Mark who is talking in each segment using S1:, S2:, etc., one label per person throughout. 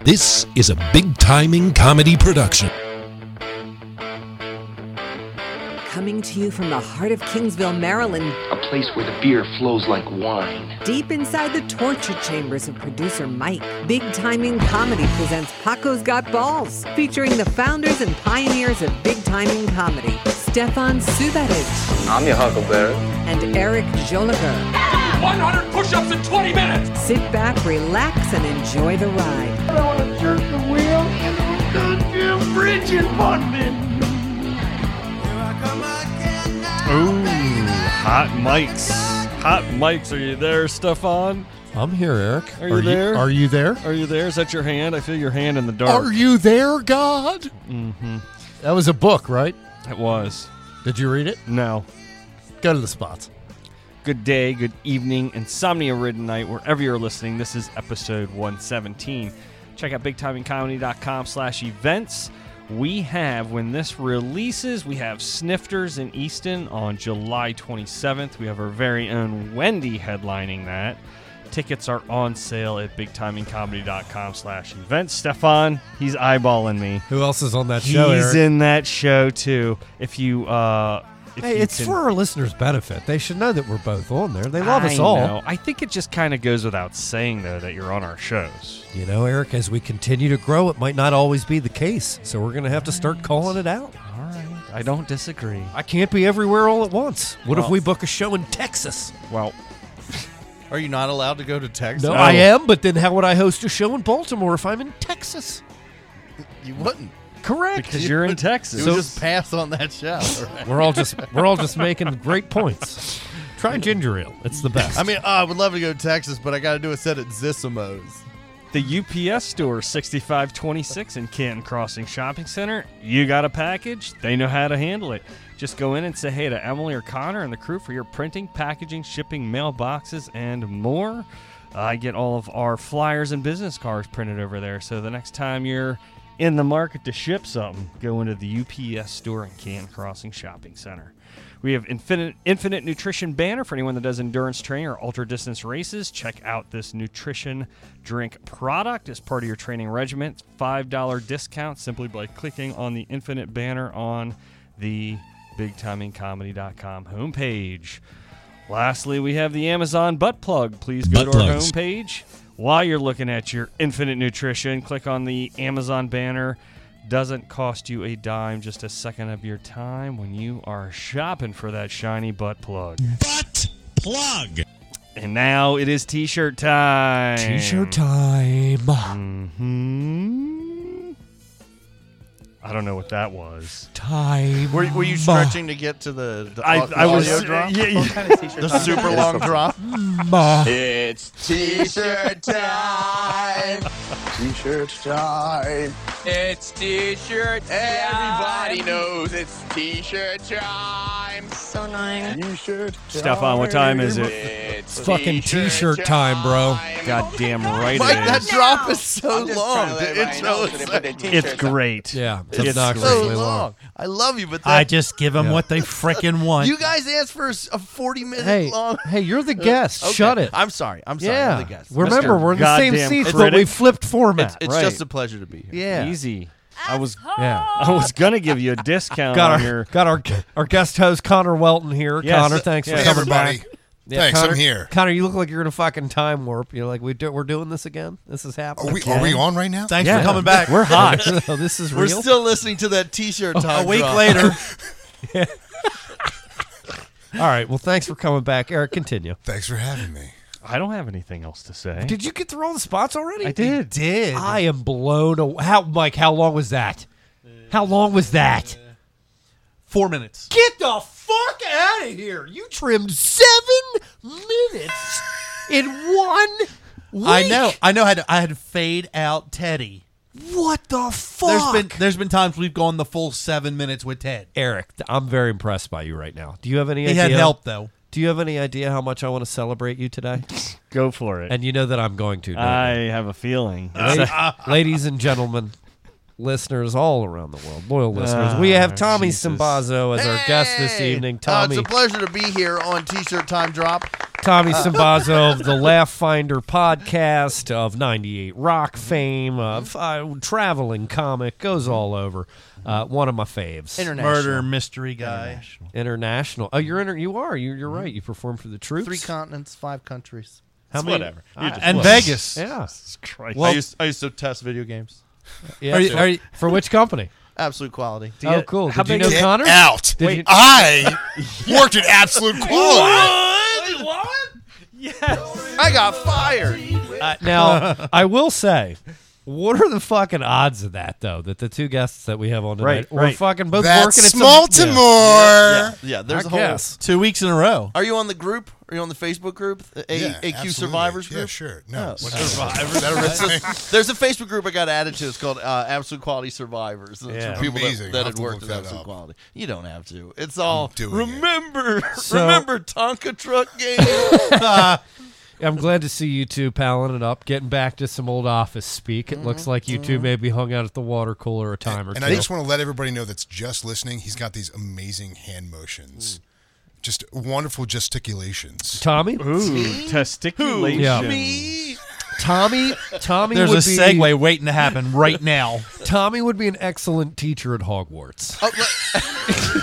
S1: This is a big timing comedy production.
S2: Coming to you from the heart of Kingsville, Maryland,
S3: a place where the beer flows like wine.
S2: deep inside the torture chambers of producer Mike, Big Timing Comedy presents Paco's Got Balls, featuring the founders and pioneers of big timing comedy, Stefan Subatic
S4: I'm your Huckleberry.
S2: and Eric Joliker.
S5: 100 push-ups in 20 minutes.
S2: Sit back, relax, and enjoy the ride.
S6: I want to jerk the wheel into a goddamn bridge in Bunman.
S7: Ooh, hot mics. Hot mics. Are you there, Stefan?
S8: I'm here, Eric.
S7: Are you there?
S8: are you there?
S7: Are you there? Is that your hand? I feel your hand in the dark.
S8: Are you there, God? Mm-hmm. That was a book, right?
S7: It was.
S8: Did you read it?
S7: No.
S8: Go to the spots.
S7: Good day, good evening, insomnia-ridden night, wherever you're listening. This is episode 117. Check out bigtimingcomedy.com slash events. We have, when this releases, we have Snifters in Easton on July 27th. We have our very own Wendy headlining that. Tickets are on sale at bigtimingcomedy.com slash events. Stefan, he's eyeballing me.
S8: Who else is on that
S7: He's
S8: show? Eric?
S7: in that show, too. If you... uh if
S8: Hey,
S7: you
S8: it's
S7: can-
S8: for our listeners' benefit. They should know that we're both on there. They love us
S7: I
S8: all.
S7: know. I think it just kind of goes without saying, though, that you're on our shows.
S8: You know, Eric, as we continue to grow, it might not always be the case. So we're going to have to start calling it out.
S7: All right. I don't disagree.
S8: I can't be everywhere all at once. What if
S7: Well-
S8: we book a show in Texas?
S7: Well,
S9: Are you not allowed to go to Texas?
S8: No, I am, but then how would I host a show in Baltimore if I'm in Texas?
S9: You wouldn't.
S8: Correct.
S7: because you're in
S9: You
S7: Texas.
S9: would just pass on that show. right?
S8: We're all just we're all just making great points. Try ginger ale; it's the best.
S9: I mean, oh, I would love to go to Texas, but I got to do a set at Zissimo's.
S7: the UPS store, 6526 in Canton Crossing Shopping Center. You got a package, they know how to handle it. Just go in and say hey to Emily or Connor and the crew for your printing, packaging, shipping, mailboxes, and more. I get all of our flyers and business cards printed over there. So the next time you're in the market to ship something, go into the UPS store in Canton Crossing Shopping Center. We have Infinite Infinite Nutrition banner for anyone that does endurance training or ultra distance races. Check out this nutrition drink product as part of your training regimen. It's $5 discount simply by clicking on the Infinite banner on the bigtimingcomedy.com homepage. Lastly, we have the Amazon butt plug. Please go
S1: Butt
S7: to our
S1: plugs.
S7: homepage. While you're looking at your Infinite Nutrition, click on the Amazon banner. Doesn't cost you a dime, just a second of your time when you are shopping for that shiny butt plug.
S1: Butt plug.
S7: And now it is t-shirt time.
S8: t-shirt time.
S7: Hmm. I don't know what that was.
S8: Time.
S9: Were, were you stretching to get to the, the
S7: I,
S9: au-
S7: I was
S9: audio drop?
S7: Yeah, yeah.
S9: The super long drop?
S8: Ma.
S4: It's t-shirt time. t-shirt time. It's t-shirt Everybody knows it's t-shirt time. So nice. T-shirt time.
S7: Stefan, what time is it?
S4: It's
S8: fucking t-shirt time, bro.
S7: God damn right
S9: Mike,
S7: it
S9: that
S7: is.
S9: drop is so
S4: I'm just trying to
S9: long.
S4: let
S9: The
S4: everybody
S9: intro
S4: know so
S9: is
S4: they
S9: so,
S4: put their t-shirts
S7: It's
S4: on.
S7: great.
S8: Yeah, it's,
S7: It's
S9: so
S8: obnoxiously
S9: long.
S8: long.
S9: I love you, but that,
S10: I just give them
S8: Yeah.
S10: what they freaking want.
S9: you guys asked for a s- a 40 minute
S8: Hey,
S9: long. Uh,
S8: hey, you're the guest.
S9: Okay.
S8: Shut it.
S9: I'm sorry. I'm sorry. I'm
S8: yeah.
S9: the guest.
S8: Remember,
S7: Mr.
S8: we're in the same
S7: Goddamn
S8: seats, but
S7: critic.
S8: we flipped format.
S9: It's
S7: Right.
S9: just a pleasure to be here.
S8: yeah.
S7: Easy. I was
S8: Yeah.
S7: I was gonna give you a discount
S8: Got
S7: on
S8: our
S7: your
S8: got our our guest host Connor Welton here.
S7: Yes.
S8: Connor, thanks
S7: Yes.
S8: for
S7: Hey,
S8: coming
S9: everybody.
S8: back. Yeah,
S9: Thanks,
S8: Connor,
S9: I'm here.
S8: Connor, you look like you're in a fucking time warp. You're like, we do, we're doing this again. This is happening.
S10: are we
S9: on right now?
S10: Thanks
S8: Yeah.
S10: for coming back.
S8: We're hot. this is
S9: We're
S8: real.
S9: still listening to that T-shirt.
S10: a
S9: time
S10: week
S9: drop.
S10: later.
S8: All right. Well, thanks for coming back, Eric. Continue.
S10: Thanks for having me.
S7: I don't have anything else to say.
S8: Did you get through all the spots already?
S7: I did.
S10: Did
S8: I am blown away. How, Mike? How long was that? How long was that?
S10: four minutes.
S8: Get the fuck out of here! You trimmed seven minutes in one week.
S10: I know. I know. I had to, I had to fade out Teddy.
S8: What the fuck?
S10: There's been there's been times we've gone the full seven minutes with Ted.
S8: Eric, th- I'm very impressed by you right now. Do you have any
S10: He
S8: idea?
S10: had help though.
S8: Do you have any idea how much I want to celebrate you today?
S7: Go for it.
S8: and you know that I'm going to. don't you?
S7: I have a feeling.
S8: Uh, ladies and gentlemen, listeners all around the world, loyal listeners, we have Tommy
S7: Jesus.
S8: Simbazo as our guest this
S9: Hey!
S8: evening.
S9: Uh,
S8: Tommy,
S9: it's a pleasure to be here on T-shirt time drop.
S8: Tommy Simbazo of the Laugh Finder podcast of 98 Rock fame, of uh, traveling comic, goes all over. Uh, one of my faves.
S4: Murder mystery guy.
S8: International. Oh, you're inter- you are. You're, you're right. You perform for the troops.
S9: Three continents, five countries.
S8: How
S4: It's
S8: many?
S4: Whatever.
S8: I-
S4: and Vegas.
S8: Yeah.
S4: I
S8: Well,
S4: used, I used to test video games.
S8: yeah, for- for which company?
S9: Absolute quality.
S8: oh, cool.
S4: how
S8: Did you
S4: big
S8: know
S4: is- Get
S8: Connor?
S4: out.
S8: Did
S4: Wait,
S8: you- uh,
S11: I worked at Absolute Quality.
S9: I got fired.
S8: Uh, now, I will say, what are the fucking odds of that though? That the two guests that we have on tonight
S4: Right,
S8: were
S4: right.
S8: fucking both
S4: That's
S8: working at some-
S4: Baltimore.
S8: Yeah.
S4: Yeah, yeah, there's
S8: I
S4: a whole-
S8: guess.
S4: Two weeks in a row.
S9: Are you on the group? Are you on the Facebook group? The A-
S11: Yeah,
S9: AQ
S11: absolutely.
S9: Survivors
S11: Yeah,
S9: group?
S11: sure. No,
S9: Oh.
S11: whatever. Survivors, that was the thing.
S9: There's a Facebook group I got added to. It's called uh, Absolute Quality Survivors. It's
S11: Yeah.
S9: for people
S11: Amazing.
S9: that, that
S11: I'll have
S9: had
S11: to
S9: worked
S11: look
S9: at
S11: that
S9: Absolute
S11: up.
S9: Quality. You don't have to. It's all
S11: doing it.
S9: remember,
S8: So-
S9: remember Tonka truck game. Oh,
S8: I'm glad to see you two palling it up, getting back to some old office speak. It looks like you two maybe hung out at the water cooler a time or
S11: Mm-hmm. And
S8: two.
S11: I just want to let everybody know that's just listening. He's got these amazing hand motions,
S8: Hmm.
S11: just wonderful gesticulations.
S8: Tommy?
S11: Ooh,
S7: testiculation.
S8: Yeah. Tommy, Tommy
S11: There's
S8: would
S11: a
S8: be-
S11: segue
S4: waiting to happen right now.
S8: Tommy would be an excellent teacher at Hogwarts.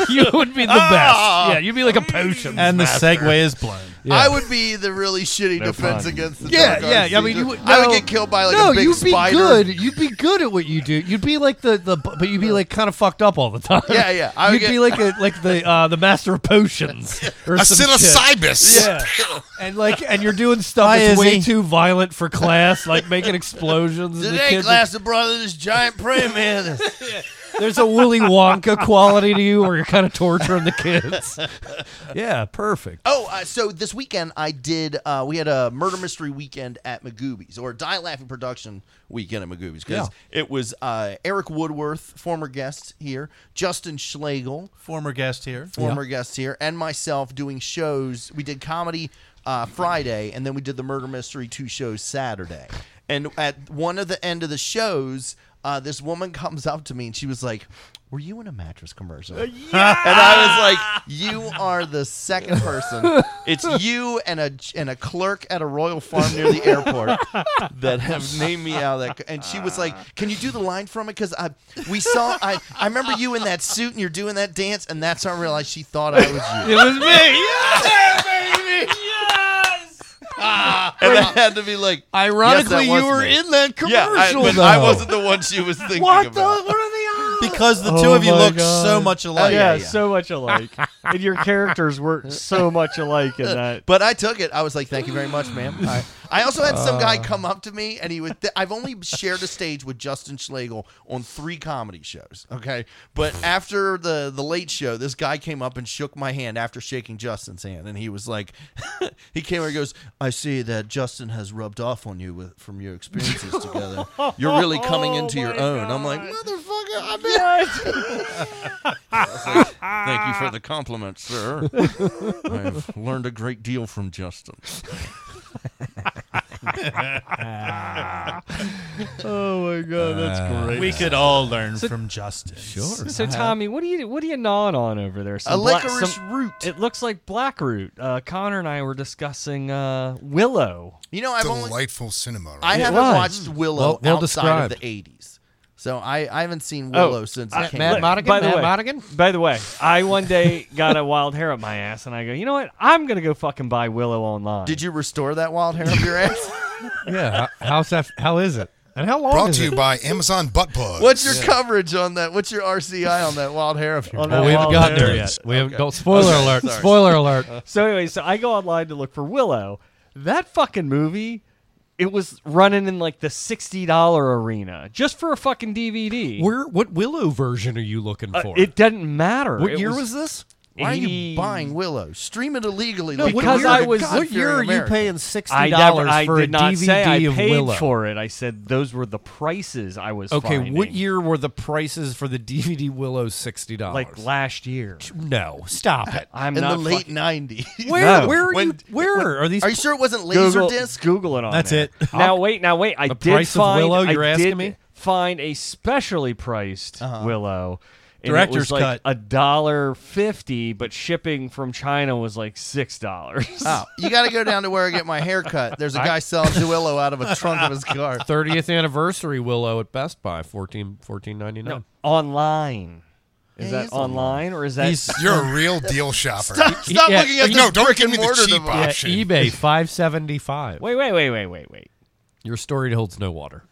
S8: you would be the
S11: Ah.
S8: best. Yeah, you'd be like a potion.
S4: And the segue is blown.
S9: I would be the really shitty
S4: No
S9: defense
S4: pun.
S9: against the
S8: Yeah,
S9: Dark
S8: yeah.
S9: Arts
S8: I mean,
S9: teacher.
S8: you would.
S9: I would
S8: no.
S9: get killed by like
S8: no,
S9: a big
S8: you'd
S9: spider.
S8: Be good. You'd be good at what you do. You'd be like the the, bu- but you'd be like kind of fucked up all the time.
S9: Yeah, yeah. I would
S8: you'd
S9: get-
S8: be like a like the uh, the master of potions or
S11: A
S8: some
S11: psilocybus.
S8: shit. Yeah, and like and you're doing stuff
S9: Hi,
S8: that's way
S9: Izzy.
S8: too violent for class, like making explosions. and the
S9: Today,
S8: kids are-
S9: class, the brother, this giant praying man.
S8: There's a Willy Wonka quality to you, where you're kind of torturing the kids. Yeah, perfect.
S9: Oh, uh, so this weekend I did. Uh, we had a murder mystery weekend at Magoobies, or Die Laughing production weekend at Magoobies, because it was uh, Eric Woodworth, former guest here, Justin Schlegel,
S4: former guest here,
S9: former guest here, and myself doing shows. We did comedy uh, Friday, and then we did the murder mystery two shows Saturday. And at one of the end of the shows, uh, this woman comes up to me and she was like. Were you in a mattress commercial?
S4: Uh,
S9: And I was like, "You are the second person. It's you and a and a clerk at a Royal Farm near the airport that have named me out." Of that, and she was like, "Can you do the line from it? Because I we saw I I remember you in that suit and you're doing that dance, and that's how I realized she thought I was you.
S8: It was me.
S9: and I had to be like,
S4: Ironically,
S9: "Yes, that
S4: you
S9: was
S4: were
S9: me."
S4: in that
S9: Yeah, I, but
S4: commercial,
S9: I
S4: though.
S9: wasn't the one she was thinking
S4: What the- Oh
S9: about. Oh,
S4: because the
S7: two
S4: two of you look so much alike.
S7: yeah, so much alike. and your characters were so much alike in that.
S9: But I took it. I was like, "Thank you very much, ma'am." I, I also had some guy come up to me, and he was. Th- I've only shared a stage with Justin Schlegel on three comedy shows. Okay, but after the the late show, this guy came up and shook my hand after shaking Justin's hand, and he was like, he came over and goes, "I see that Justin has rubbed off on you with, from your experiences together. You're really coming into your own." I'm like, motherfucker, I'm Thank you for the compliment, sir. I've learned a great deal from Justin.
S7: oh my god, that's
S4: Uh,
S7: great.
S4: we could all learn from Justin. Sure.
S7: So Tommy, what are you what are you gnawing on over there?
S4: A
S7: black-
S4: licorice
S9: root.
S7: It looks like blackroot. Uh, Connor and I were discussing uh, willow.
S9: You know, I've only-
S11: Delightful cinema. Right?
S9: I
S7: It
S9: haven't
S7: was.
S9: watched Willow
S7: Well- well
S9: outside of
S7: described. Oh, uh,
S9: the '80s, so I, I haven't seen Willow since
S7: I-
S9: it came
S7: by-
S9: out.
S7: By the way, By the way, I one day got a wild hair up my ass, and I go, you know what? I'm gonna go fucking buy Willow online.
S9: Did you restore that wild hair up your ass?
S8: Yeah. h- How's that? How is it? And how long?
S11: Brought
S8: is
S11: to you
S8: it?
S11: by Amazon Butt Plugs.
S9: What's your coverage on that? What's your RCI on that wild hair of yours?
S8: Oh, we haven't gotten there yet. We haven't. Don't, spoiler
S9: Okay,
S8: alert.
S9: sorry.
S8: Spoiler alert.
S7: So anyway, so I go online to look for Willow. That fucking movie, it was running in like the sixty dollar arena just for a fucking DVD.
S8: Where? What Willow version are you looking
S7: Uh,
S8: for?
S7: it doesn't matter.
S8: What
S7: It
S8: year was this?
S9: Why are you
S7: 80
S9: buying Willow? Stream it illegally.
S7: No,
S9: like
S7: because
S9: you're
S7: I
S9: the
S7: was-
S9: God
S7: what
S9: fearing
S7: year are you
S9: American.
S8: paying six-
S7: I
S8: $60
S7: never, I
S8: for a
S7: did not say I
S8: DVD of
S7: paid
S8: Willow.
S7: for it. I said those were the prices I was.
S8: okay.
S7: finding.
S8: What year were the prices for the DVD Willow sixty dollars?
S7: Like last year.
S8: No, stop it.
S7: I'm
S9: in
S7: not
S9: the late
S7: fucking-
S9: '90s?
S8: Where?
S7: No.
S8: Where are
S7: When-
S8: you? Where are these?
S9: Are you sure it wasn't
S7: Google,
S9: Laserdisc?
S7: Google it on.
S8: That's
S7: there.
S8: it.
S7: Now
S8: I'll-
S7: wait, now wait. I
S8: The
S7: did
S8: price of
S7: find.
S8: Willow,
S7: I
S8: you're asking
S7: did
S8: me?
S7: Uh-huh. Find a specially priced Willow, and it
S4: Director's
S7: was like
S4: cut.
S7: a dollar fifty, but shipping from China was like six dollars.
S9: Oh, you got to go down to where I get my hair cut. There's a guy selling Duillo out of a trunk of his car.
S8: 30th anniversary Willow at Best Buy, 14 $14.99.
S7: No, online. Is that online, or is that
S8: Stop, stop looking at the brick and mortar device. Yeah, eBay 575.
S7: Wait, wait, wait, wait, wait, wait.
S8: Your story holds no water.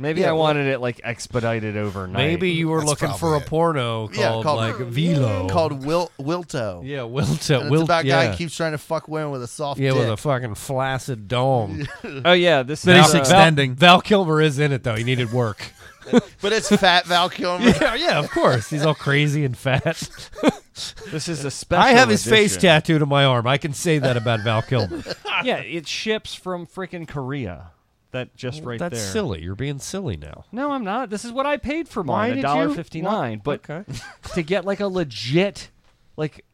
S7: Maybe
S8: Yeah,
S7: I
S8: well-
S7: wanted it like expedited overnight.
S8: Maybe you were looking for a porno called,
S9: Yeah, called-
S8: like Velo.
S9: Called Wil- Wilto.
S8: Yeah,
S7: uh,
S8: Wilto.
S9: And it's
S8: Wilt-
S9: about a guy
S8: yeah.
S9: who keeps trying to fuck women with a soft
S8: yeah,
S9: dick.
S8: with a fucking flaccid dome.
S7: Oh, yeah, this
S8: But
S7: is,
S8: he's
S7: uh,
S8: extending. Val, Val Kilmer is in it though. He needed work.
S9: but it's fat Val Kilmer.
S8: yeah, yeah, of course. He's all crazy and fat.
S7: This is a special.
S8: I have his face
S7: edition.
S8: tattooed on my arm. I can say that about Val Kilmer.
S7: yeah, it ships from freaking Korea. That just right
S8: That's
S7: there.
S8: silly. You're being silly now.
S7: No, I'm not. This is what I paid for
S8: Why
S7: mine,
S8: did
S7: a
S8: you-
S7: dollar fifty nine.
S8: What?
S7: But to get like a legit, like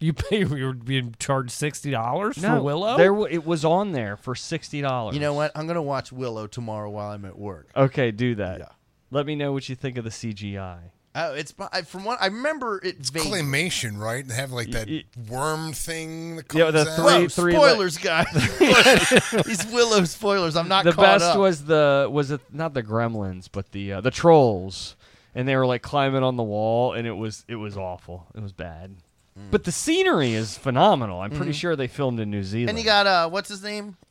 S8: you pay, you were being charged sixty dollars
S7: no,
S8: for Willow.
S7: There, w- it was on there for sixty dollars.
S9: You know what? I'm gonna watch Willow tomorrow while I'm at work.
S7: Okay, do that. Let me know what you think of the CGI.
S9: Oh, it's I- from what I remember. It it's
S11: claymation, right? They have like that worm thing. That comes
S7: Yeah, the
S11: out.
S7: three- Whoa, three
S9: spoilers, guys. These Willow spoilers. I'm not
S7: the
S9: caught
S7: best
S9: up.
S7: was the was it not the Gremlins, but the uh, the trolls, and they were like climbing on the wall, and it was it was awful. It was bad. But the scenery is phenomenal. I'm pretty
S9: Mhm.
S7: sure they filmed in New Zealand.
S9: And you got uh, what's his name?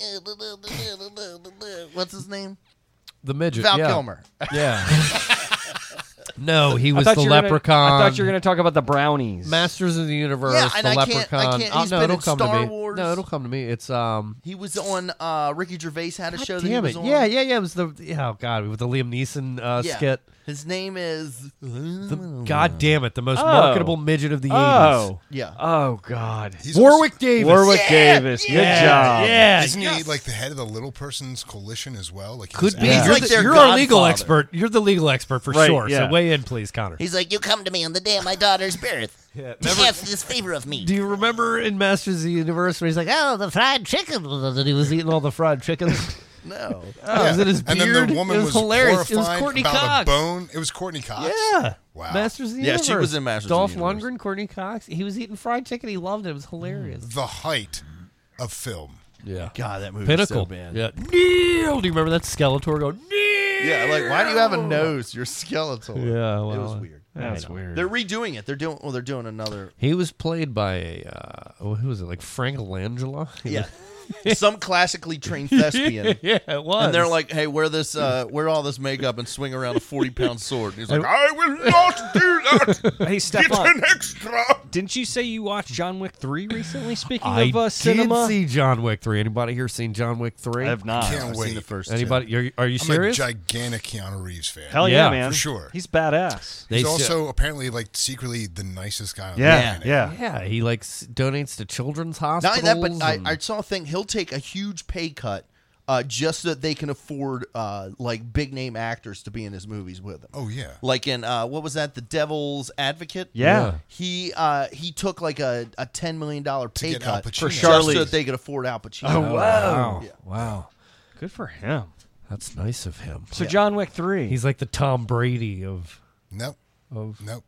S9: What's his name?
S8: the midget.
S9: Val
S8: yeah.
S9: Kilmer.
S8: Yeah. no, he
S7: I
S8: was
S7: thought
S8: the
S7: you were gonna-
S8: leprechaun.
S7: I thought you were going to talk about the brownies.
S8: Masters of the Universe.
S9: Yeah, and
S8: the
S9: I can't- I
S8: leprechaun.
S9: can't-
S8: Oh,
S9: he's
S8: no,
S9: been
S8: it'll
S9: in
S8: come
S9: Star
S8: to me.
S9: Wars.
S8: No, it'll come to me. It's um.
S9: He was on uh, Ricky Gervais had a show that he
S8: Damn
S9: was
S8: it!
S9: on.
S8: Yeah, yeah, yeah. It was the yeah, oh god with the Liam Neeson uh,
S9: Yeah.
S8: skit.
S9: His name is the
S8: God damn it! The most
S9: Oh.
S8: marketable midget of the eighties.
S7: Oh.
S9: Yeah.
S8: Uh,
S7: Oh God.
S8: Warwick Davis.
S7: Warwick Davis. Good job.
S11: Isn't he like the head of the little person's coalition as well? Like he
S8: Could
S11: was
S8: be.
S11: out-
S8: You're, the- you're our legal expert. You're the legal expert for
S11: Right,
S8: sure.
S11: yeah.
S8: So weigh in, please, Connor.
S12: He's like, you come to me on the day of my daughter's birth.
S8: Yeah,
S12: to
S8: remember-
S12: ask this favor of me.
S8: Do you remember in Masters of the Universe where he's like, "Oh, the fried chicken," and he was eating all the fried chicken?
S9: no,
S8: oh, was it his
S11: and
S8: beard?
S11: then the woman
S8: it was, hilarious. It was
S11: horrified
S8: Courtney
S11: about
S8: Cox.
S11: A bone. It was Courtney Cox.
S8: Yeah.
S11: Wow.
S8: Masters of the
S11: Yeah,
S8: Universe.
S11: she was in Masters of
S8: Dolph
S11: the Universe.
S8: Lundgren, Courtney Cox. He was eating fried chicken. He loved it. It was hilarious.
S11: The height of film.
S8: Mm. Yeah.
S9: God, that movie was so
S8: Pinnacle.
S9: bad.
S8: yeah. Neil. Do you remember that Skeletor go?
S9: Yeah, like why do you have a nose? You're skeletal.
S8: Yeah,
S9: it
S8: well,
S9: was weird.
S8: that's weird.
S9: They're redoing it. They're doing well. They're doing another.
S8: He was played by a uh, oh, who was it? Like Frank Langella. He
S9: Yeah.
S8: was-
S9: Some classically trained thespian.
S8: Yeah, it was.
S9: And they're like, "Hey, wear this, uh, wear all this makeup, and swing around a forty-pound sword." And he's like,
S8: And-
S9: "I will not do that."
S7: Hey, Stefan.
S9: Get an extra.
S7: Didn't you say you watched John Wick three recently? Speaking
S8: I
S7: of uh, cinema,
S8: did see John Wick three. Anybody here seen John Wick three?
S7: I have not.
S11: Can't I've seen wait. the
S9: first
S8: Anybody? Are, you- are you
S11: I'm
S8: serious?
S11: a gigantic Keanu Reeves fan.
S7: Hell yeah, man.
S11: For sure.
S7: He's badass.
S8: They
S11: He's
S8: s-
S11: also apparently like secretly the nicest guy on the
S8: yeah,
S11: planet.
S8: yeah, yeah. He like s- donates to children's
S9: Not
S8: hospitals.
S9: only that, but I,
S8: and-
S9: I saw a thing. He'll take a huge pay cut uh, just so that they can afford uh, like big name actors to be in his movies with him.
S11: Oh, yeah.
S9: Like in uh, what was that? The Devil's Advocate.
S7: Yeah. Yeah.
S9: He uh, he took like a, a ten million dollar pay
S11: get Al
S9: cut
S11: Pacino.
S7: For
S9: just so
S7: Charlize.
S9: that they could afford Al Pacino.
S7: Oh,
S8: wow,
S7: Yeah.
S8: wow.
S7: Good for him.
S8: That's nice of him.
S7: So John Wick three.
S8: He's like the Tom Brady of.
S11: Nope.
S8: Of
S11: Nope.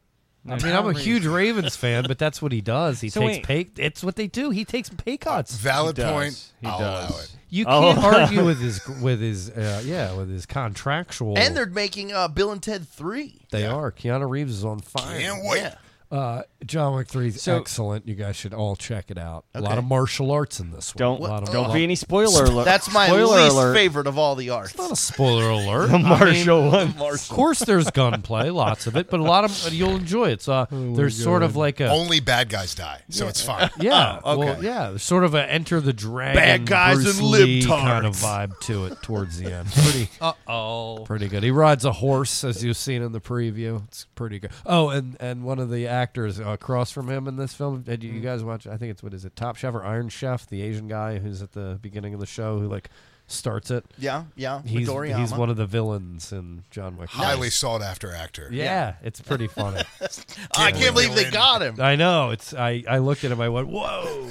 S8: I mean, I'm a huge Ravens fan, but that's what he does. He
S7: So
S8: takes pay. It's what they do. He takes pay cuts.
S11: Valid
S8: He does.
S11: point.
S7: He
S11: I'll
S7: does.
S11: allow it.
S8: You
S7: I'll
S8: can't
S7: allow
S8: argue
S7: it.
S8: with his with his uh, yeah with his contractual.
S9: And they're making uh, Bill and Ted three.
S8: they are. Keanu Reeves is on fire.
S9: wait. Yeah.
S8: Uh, John Wick Three is
S9: So-
S8: excellent. You guys should all check it out. A lot
S9: Okay.
S8: of martial arts in this one.
S7: Don't-
S8: A lot of-
S7: don't
S8: lot-
S7: be any spoiler alert.
S9: That's my
S7: Spoiler
S9: least
S7: alert.
S9: favorite of all the arts.
S8: Not a spoiler alert.
S7: The
S8: I mean,
S7: martial one.
S8: Of course, there's gunplay, lots of it, but a lot of you'll enjoy it. It's uh, there's sort of
S11: God.
S8: like a
S11: Only bad guys die, so it's fine.
S8: Yeah,
S11: Oh, okay.
S8: well, yeah, there's sort of a Enter the Dragon,
S11: Bad guys
S8: Bruce
S11: and
S8: Lee
S11: libtards.
S8: kind of vibe to it towards the end. Pretty,
S4: Uh-oh.
S8: pretty good. He rides a horse, as you've seen in the preview. It's pretty good. Oh, and and one of the actors uh, across from him in this film, did
S11: Mm.
S8: you, you guys watch? I think it's what is it, Top Chef or Iron Chef, the Asian guy who's at the beginning of the show who like starts it.
S9: Yeah, yeah, with
S8: He's,
S9: Doriyama.
S8: he's one of the villains in John Wick.
S11: Highly sought after actor.
S8: Yeah, it's pretty funny.
S9: I can't believe they got him.
S8: I know. It's I, I looked at him. I went, whoa.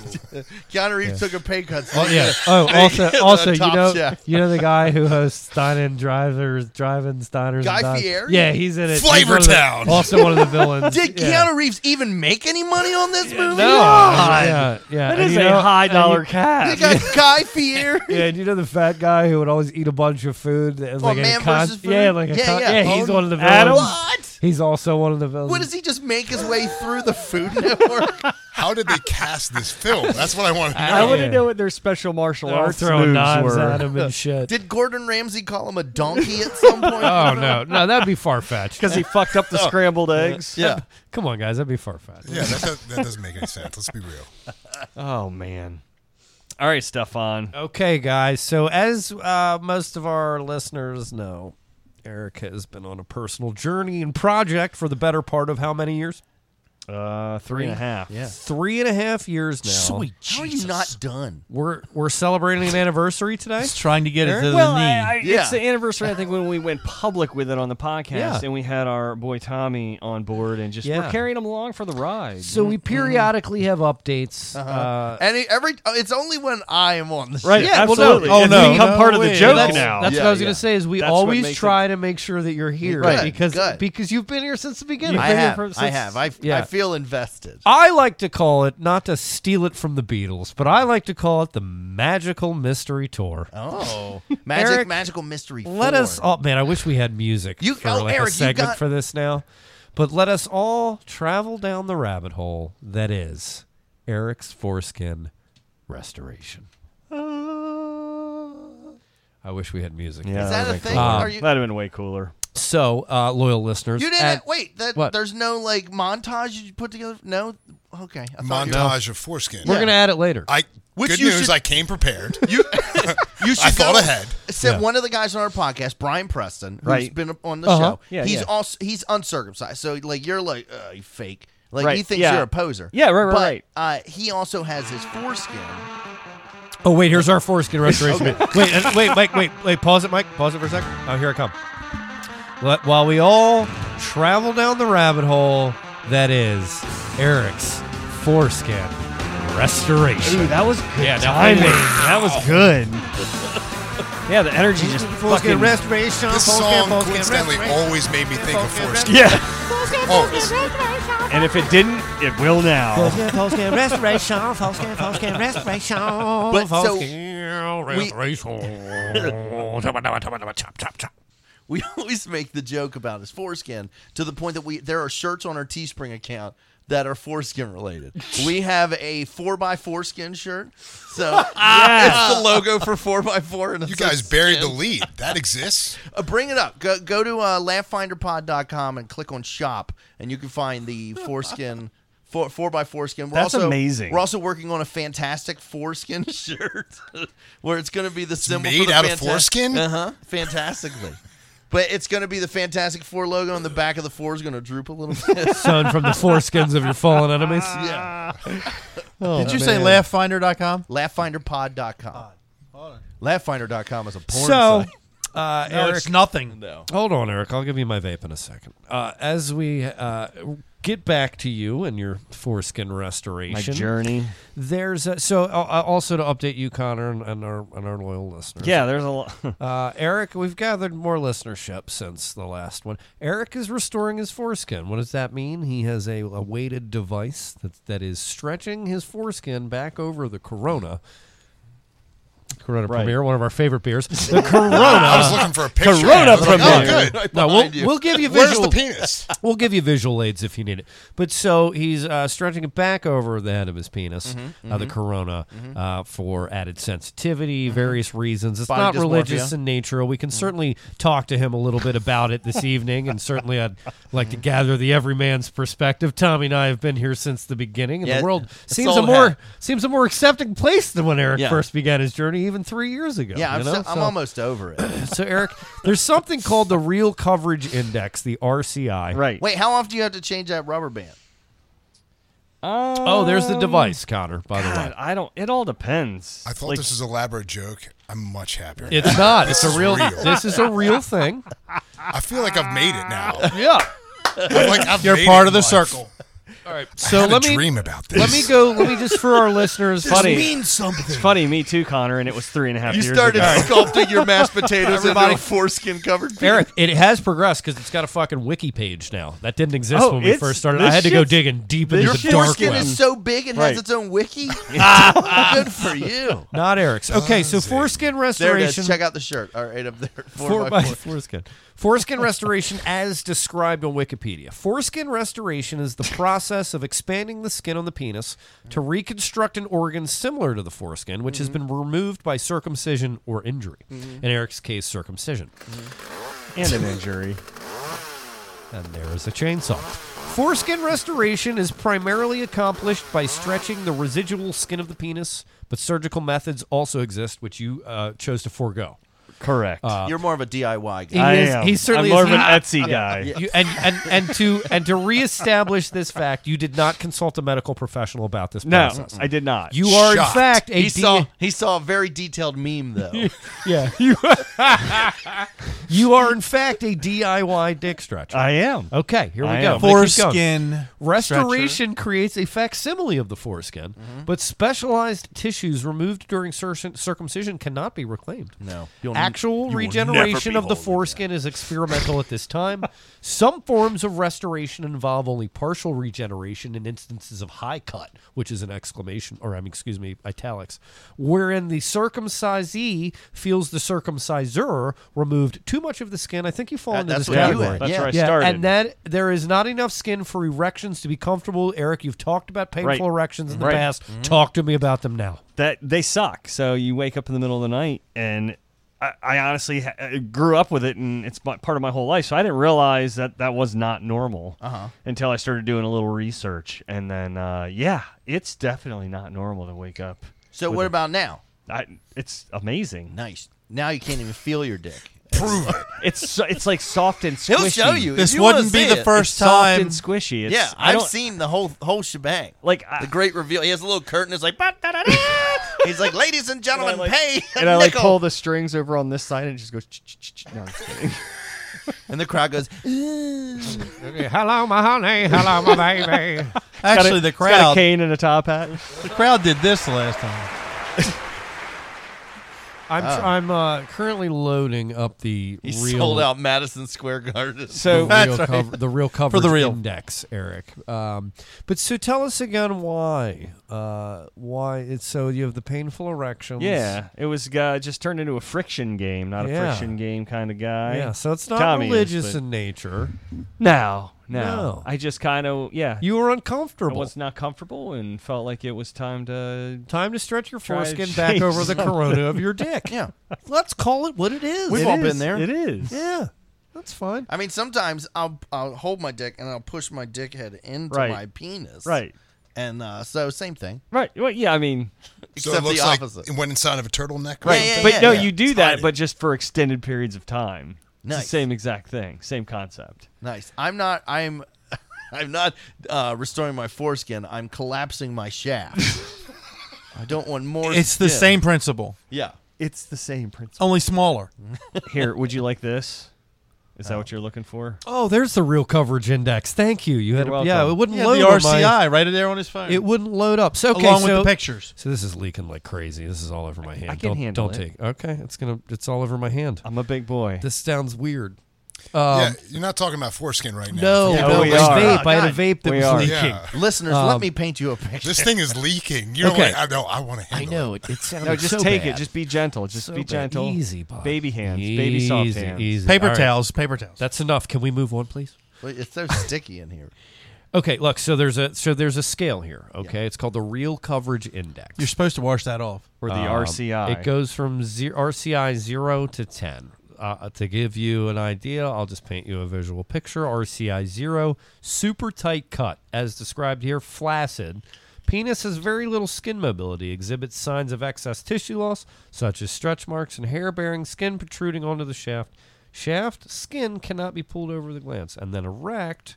S9: Keanu Reeves took a pay cut. so
S8: Oh
S9: he
S8: yeah.
S9: got-
S8: Oh,
S9: he
S8: also,
S9: got
S8: also,
S9: the
S8: you
S9: top
S8: know,
S9: chef.
S8: you know the guy who hosts Dining Drivers, Driving Steiners.
S9: Guy
S8: and Dine-
S9: Fieri?
S8: Yeah, he's in it. He's one of the- Also, one of the villains.
S9: Did
S8: yeah.
S9: Keanu Reeves even make any money on this movie?
S8: No, God. yeah, yeah.
S9: That
S8: And
S9: is
S8: you know- and you-
S9: They got Guy Fieri.
S8: Yeah, and you know the fat guy who would always eat a bunch of food. As
S9: Oh,
S8: like
S9: Man
S8: a con-
S9: versus Food?
S8: Yeah, like a
S9: Yeah,
S8: con-
S9: yeah.
S8: he's
S9: Oh,
S8: one of the villains.
S9: Adam? What?
S8: He's also one of the villains.
S9: What does he just make his way through the Food Network?
S11: How did they cast this film? That's what I want to know.
S7: I want to know what their special martial
S8: They're
S7: arts
S8: throwing
S7: moves
S8: knives
S7: were.
S8: at him and shit.
S9: Did Gordon Ramsay call him a donkey at some point?
S8: Oh no, no, that'd be far fetched.
S7: 'Cause he fucked up the
S8: Oh.
S7: scrambled eggs.
S8: Yeah.
S7: Yeah.
S8: come on, guys, that'd be far fetched.
S11: Yeah, that, does, that doesn't make any sense. Let's be real.
S7: Oh man. All right, Stefan.
S8: Okay, guys. So, as uh, most of our listeners know, Erica has been on a personal journey and project for the better part of how many years?
S7: Uh, three and a half. Yeah.
S8: Three and a half years now.
S9: Sweet How are you Jesus. not done?
S8: We're we're celebrating an anniversary today. Just
S4: trying to get
S8: it
S7: well, I, I, it's the anniversary. I think when we went public with it on the podcast,
S8: Yeah.
S7: and we had our boy Tommy on board, and just
S8: Yeah.
S7: we're carrying him along for the ride.
S8: so we periodically have updates.
S9: Uh-huh.
S8: uh,
S9: and he- every oh, it's only when I am on the
S8: Right,
S9: show.
S8: absolutely.
S7: Oh, no, no way.
S8: that's,
S7: That's-
S8: That's
S7: Yeah,
S8: what I was going
S7: yeah.
S8: to say. Is we
S7: That's what
S8: always
S7: makes
S8: try to make sure that you're here
S9: Right.
S8: because
S9: Good.
S8: because you've been here since the beginning.
S9: I
S8: You've been here
S9: have,
S8: from-
S9: I
S8: since-
S9: have. I, I
S8: yeah. Oh.
S9: feel invested.
S8: I like to call it not to steal it from the Beatles, but I like to call it the Magical Mystery Tour.
S9: Oh, magic,
S8: Eric,
S9: magical mystery.
S8: Let
S9: Four.
S8: us all, man. I wish we had music
S9: You-
S8: for
S9: oh,
S8: like
S9: Eric,
S8: a
S9: you
S8: segment
S9: got-
S8: for this now, but let us all travel down the rabbit hole that is Eric's foreskin restoration.
S9: Ah.
S8: I wish we had music.
S7: Yeah, Is that
S9: a thing?
S8: Um,
S9: Are you-
S7: Ah, That'd have been way cooler.
S8: So, uh, loyal listeners,
S9: You didn't
S8: at-
S9: wait. That,
S8: what?
S9: There's no like montage you put together. No. Okay. I thought you were-
S11: Montage of foreskin.
S8: We're gonna add it later.
S11: I
S9: Which
S11: good
S9: you
S11: news.
S9: should-
S11: I came prepared.
S9: You, you should
S11: I thought
S9: go-
S11: ahead.
S9: Said
S11: Yeah.
S9: one of the guys on our podcast, Brian Preston, who's
S11: Right.
S9: been on the
S11: Uh-huh.
S9: show.
S11: Yeah,
S9: he's
S11: yeah.
S9: also he's uncircumcised, so like you're like uh, you fake. Like he
S7: Right,
S9: thinks
S7: yeah.
S9: you're a poser.
S7: Yeah, right, right,
S9: but,
S7: right.
S9: Uh, he also has his foreskin.
S8: Oh wait, here's our foreskin restoration.
S9: Okay.
S8: Wait, uh, wait, Mike, wait, wait. Pause it, Mike. Pause it for a second. Oh, here I come. Let, while we all travel down the rabbit hole, that is Eric's foreskin restoration.
S7: Ooh, that was good
S8: yeah,
S7: timing.
S8: wait.
S7: That was good. yeah, the energy just fucking
S8: restoration.
S11: This song coincidentally always made me think of foreskin.
S7: Yeah. Oh.
S11: Always.
S7: And if it didn't, it will now.
S8: Foreskin, foreskin restoration. Foreskin, foreskin restoration.
S11: Oh,
S9: But so
S8: foreskin
S9: we-
S8: restoration. Chop, chop, chop.
S9: We always make the joke about his foreskin to the point that we there are shirts on our Teespring account that are foreskin related. we have a four by foreskin shirt, so it's the logo for four by four. And
S11: You
S9: it's
S11: guys
S9: a
S11: buried the
S9: skin.
S11: lead. That exists.
S9: Uh, bring it up. Go, go to uh, laughfinderpod.com and click on shop, and you can find the foreskin. Four, four by foreskin. We're
S7: That's
S9: also,
S7: amazing.
S9: We're also working on a fantastic foreskin shirt, where it's going to be the symbol for
S11: made
S9: the
S11: out of
S9: fanta-
S11: foreskin?
S9: Uh-huh. Fantastically, but it's going to be the Fantastic Four logo, and the back of the four is going to droop a little bit.
S8: Son from the foreskins of your fallen enemies.
S9: yeah.
S8: Oh,
S9: Did
S4: Did you say
S8: man.
S4: laughfinder.com?
S9: Laughfinderpod.com. Laughfinder.com is a porn
S8: So,
S9: site.
S8: uh,
S4: No,
S8: Eric,
S4: it's nothing, though.
S8: Hold on, Eric. I'll give you my vape in a second. Uh, as we uh, get back to you and your foreskin restoration
S7: journey.
S8: there's a, so uh, also to update you, Connor, and, and our and our loyal listeners.
S7: Yeah, there's a lot.
S8: uh, Eric, we've gathered more listenership since the last one. Eric is restoring his foreskin. What does that mean? He has a, a weighted device that that is stretching his foreskin back over the corona. Corona
S7: Right.
S8: Premier, one of our favorite beers. The Corona.
S11: I was looking for a picture.
S8: Corona
S11: I was like,
S8: Premier.
S11: oh, good. Right
S8: No, we'll,
S11: behind you.
S8: we'll give you
S11: Where's
S8: visual.
S11: the penis?
S8: We'll give you visual aids if you need it. But so he's uh, stretching it back over the head of his penis,
S9: Mhm,
S8: uh, the
S9: mhm.
S8: Corona, uh, for added sensitivity, various reasons. It's
S9: Body
S8: not
S9: dysmorphia.
S8: religious in nature. We can certainly talk to him a little bit about it this evening, and certainly I'd like to gather the everyman's perspective. Tommy and I have been here since the beginning, and
S9: Yeah,
S8: the world
S9: it's
S8: seems a
S9: old
S8: more
S9: hat.
S8: seems a more accepting place than when Eric
S9: Yeah.
S8: first began his journey, even three years ago.
S9: Yeah, I'm,
S8: you know?
S9: so, I'm
S8: So-
S9: almost over it.
S8: so Eric, there's something called the Real Coverage Index, the RCI. Right.
S9: Wait, how often do you have to change that rubber band?
S8: Oh, there's the device, Connor. By the way,
S7: God, I don't. It all depends.
S11: I thought
S7: Like,
S11: this was an elaborate joke, I'm much happier.
S8: It's
S11: now.
S8: not.
S11: This
S8: It's a
S11: is
S8: real- this is a real thing.
S11: I feel like I've made it now.
S8: Yeah.
S11: I'm like, I've
S8: You're
S11: made
S8: part
S11: it
S8: of the
S11: in life.
S8: circle.
S11: All right.
S8: So let me
S11: dream about this.
S8: Let me go. Let me just for our listeners.
S7: This Funny. means
S8: something.
S7: It's funny, me too, Connor, and it was three and a half
S8: You
S7: years
S8: started
S7: ago.
S8: sculpting your mashed
S9: potatoes into
S8: Everybody-
S9: a foreskin covered.
S8: Eric, it has progressed because it's got a fucking wiki page now. That didn't exist
S9: Oh,
S8: when we
S9: it's-
S8: first started. I
S9: this
S8: had to go
S9: shit's-
S8: digging deep
S9: this
S8: into the
S9: shit's-
S8: dark
S9: foreskin
S8: web.
S9: is so big it has Right. its own wiki? Good for you.
S8: Not Eric's. Okay, so foreskin
S9: There it
S8: restoration.
S9: is. Check out the shirt. All right, up there. Four,
S8: Four
S9: by
S8: by
S9: four.
S8: foreskin. Foreskin restoration as described on Wikipedia. Foreskin restoration is the process of expanding the skin on the penis to reconstruct an organ similar to the foreskin, which has
S9: Mm-hmm.
S8: been removed by circumcision or injury. In Eric's case, circumcision.
S7: And an injury.
S8: And there is a chainsaw. Foreskin restoration is primarily accomplished by stretching the residual skin of the penis, but surgical methods also exist, which you uh, chose to forego.
S7: Correct.
S8: Uh,
S9: You're more of a DIY guy.
S8: He is- He certainly is not- You- and, and and to and to reestablish this fact, you did not consult a medical professional about this
S7: No,
S8: process.
S7: I did not.
S8: You are in fact a
S9: he
S8: D-
S9: saw he saw a very detailed meme though.
S8: yeah. You, you are in fact a DIY dick stretcher.
S7: I am.
S8: Okay, here we
S7: I
S8: go.
S7: am.
S8: Keep going.
S4: Foreskin
S8: restoration creates a facsimile of the foreskin, but specialized tissues removed during cir- circumcision cannot be reclaimed.
S9: No. You'll- you
S8: Actual
S9: will
S8: regeneration
S9: never
S8: of
S9: be
S8: the
S9: whole
S8: foreskin is experimental at this time. Some forms of restoration involve only partial regeneration in instances of high cut, which is an exclamation, or I mean, excuse me, italics, wherein the circumcisee feels the circumciser removed too much of the skin. I think you fall
S9: That-
S8: into
S9: that's
S8: this
S9: what you
S8: category.
S9: went. That's where I
S8: Yeah,
S9: started.
S8: And that there is not enough skin for erections to be comfortable. Eric, you've talked about painful
S7: Right.
S8: erections in the
S7: Right.
S8: past. Talk to me about them now.
S7: that they suck. So you wake up in the middle of the night, and I, I honestly ha- I grew up with it, and it's my, part of my whole life. So I didn't realize that that was not normal
S9: Uh-huh.
S7: until I started doing a little research, and then uh, yeah, it's definitely not normal to wake up.
S9: So
S7: with
S9: what
S7: a-
S9: about now?
S7: I, it's amazing.
S9: Nice. Now you can't even feel your dick.
S7: Prove it. It's so- it's like soft and squishy.
S9: He'll show you. if
S4: This
S9: you wanna
S4: wouldn't be
S9: see
S4: the
S9: it.
S4: first
S7: It's soft and squishy. It's,
S9: yeah,
S7: I
S9: I've
S7: don't-
S9: seen the whole whole shebang.
S7: Like ah.
S9: the great reveal. He has a little curtain. It's like "Ba-da-da-da." he's like, ladies and gentlemen, pay. a
S13: And I like
S9: nickel."
S13: pull the strings over on this side and it just goes. ch-ch-ch-ch. No, I'm just kidding.
S9: and the crowd goes.
S8: hello, my honey. Hello, my baby.
S4: Actually, the crowd
S7: cane and a top hat.
S4: The crowd did this last time.
S8: I'm
S9: Oh.
S8: tr- I'm uh, currently loading up the
S9: He
S8: real
S9: sold out Madison Square Garden.
S8: So the real, cover, the real coverage index, Eric. Um, but so tell us again why uh, why it's so you have the painful erections.
S7: Yeah, it was uh, just turned into a friction game, not
S8: Yeah.
S7: a friction game kind of guy.
S8: Yeah, so it's not
S7: Tommy is,
S8: religious
S7: but-
S8: in nature.
S7: No, no,
S8: No.
S7: I just kind of yeah.
S8: You were uncomfortable.
S7: I was not comfortable and felt like it was time to
S8: Time to stretch your
S7: try to
S8: foreskin back
S7: change
S8: over the
S7: something.
S8: corona of your dick.
S9: Yeah.
S8: Let's call it what it is.
S9: We've
S8: It
S9: all
S8: is.
S9: been there.
S8: It
S7: is.
S8: Yeah. That's fine.
S9: I mean, sometimes I'll I'll hold my dick and I'll push my dick head into
S7: Right.
S9: my penis.
S7: Right.
S9: And uh, so same thing.
S7: Right. Well, yeah. I mean,
S9: Except the opposite.
S11: Like it went inside of a turtleneck. or
S7: right.
S11: something?
S7: but no, you do that, but just for extended periods of time. It's
S9: Nice.
S7: the same exact thing. Same concept.
S9: Nice. I'm not. I'm. I'm not uh, restoring my foreskin. I'm collapsing my shaft. I don't want more.
S4: It's the
S9: skin.
S4: same principle.
S9: Yeah.
S13: It's the same principle.
S4: Only smaller.
S7: Here, would you like this? Is that what you're looking for?
S8: Oh, there's the real coverage index. Thank you. You had
S7: You're
S8: a- yeah,
S7: welcome.
S8: it wouldn't
S4: Yeah,
S8: load
S4: the
S8: on my-
S4: RCI right there on his phone.
S8: It wouldn't load up. So okay,
S4: Along with
S8: so-
S4: the pictures.
S8: So this is leaking like crazy. This is all over my hand.
S7: can
S8: don't,
S7: handle
S8: don't
S7: it.
S8: take. Okay, it's gonna. It's all over my hand.
S7: I'm a big boy.
S8: This sounds weird.
S11: yeah,
S8: Um,
S11: you're not talking about foreskin right now.
S8: No, Yeah, no, we my are. vape. I had a vape that We was are. leaking.
S11: Yeah.
S9: Listeners, let me paint you a picture.
S11: This thing is leaking. You're
S8: Okay.
S11: like, I know. I want to handle.
S8: know it. It sounded
S7: No, just
S8: so
S7: take
S8: bad.
S7: it. Just be gentle. Just
S8: So
S7: be
S8: bad.
S7: gentle.
S8: Easy, Bob.
S7: Baby hands. Baby soft
S8: Easy,
S7: hands.
S8: easy. All right. That's enough. Can we move on, please?
S9: Wait, It's so sticky in here.
S8: Okay, look. So there's a so there's a scale here. Okay, it's called the real coverage index.
S4: You're supposed to wash that off.
S7: Or the
S8: Um,
S7: RCI.
S8: It goes from ze- RCI 0 to 10. Uh, to give you an idea, I'll just paint you a visual picture. RCI 0, super tight cut, as described here, flaccid. Penis has very little skin mobility, exhibits signs of excess tissue loss, such as stretch marks and hair bearing skin protruding onto the shaft. Shaft, skin cannot be pulled over the glans. And then erect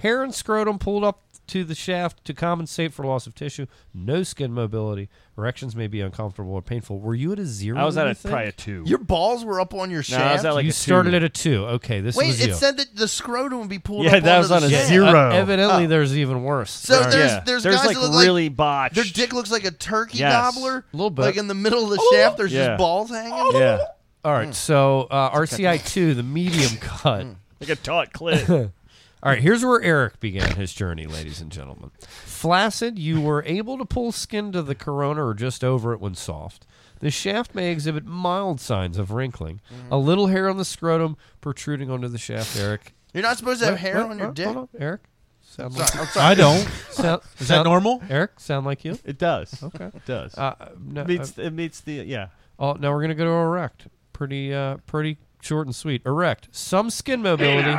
S8: Hair and scrotum pulled up to the shaft to compensate for loss of tissue. No skin mobility. Erections may be uncomfortable or painful. Were you at a zero?
S7: I was
S8: do
S7: at
S8: you
S7: a-
S8: think?
S7: probably a two.
S9: Your balls were up on your
S8: No,
S9: shaft.
S8: I was at like You a two. started at a two. Okay, this
S9: Wait,
S8: was
S9: it
S8: you.
S9: said that the scrotum would be pulled
S8: Yeah,
S9: up
S8: that was
S9: onto
S8: on
S9: the
S8: a
S9: shaft.
S7: Oh.
S8: zero. Uh, evidently there's even worse.
S9: Oh. So
S8: Sorry.
S9: there's
S8: Yeah.
S9: there's,
S8: There's,
S9: guys
S8: like,
S9: that look
S8: really
S9: like
S7: botched.
S9: Their dick looks like a turkey
S8: Yes.
S9: gobbler.
S8: A little bit.
S9: Like in the middle of the shaft, there's
S8: Yeah.
S9: just balls hanging.
S8: Yeah. All right.
S9: Mm.
S8: So uh, RCI two, the medium cut.
S7: Like a taut clit.
S8: All right, here's where Eric began his journey, ladies and gentlemen. Flaccid, you were able to pull skin to the corona or just over it when soft. The shaft may exhibit mild signs of wrinkling. A
S9: Mm-hmm.
S8: little hair on the scrotum protruding onto the shaft, Eric.
S9: You're not supposed to have
S8: Wait,
S9: hair
S8: wait,
S9: on your
S8: wait,
S9: dick.
S8: hold on, Eric. Sound like
S9: Sorry,
S8: you?
S9: I'm sorry.
S8: Sound-
S7: Is that
S8: sound-
S7: normal?
S8: Eric, sound like you?
S7: It does.
S8: Okay.
S7: It does.
S8: Uh, no,
S7: Meets-
S8: uh,
S7: it meets the yeah.
S8: Oh, now we're gonna go to erect. Pretty, uh, pretty short and sweet. Erect. Some skin mobility.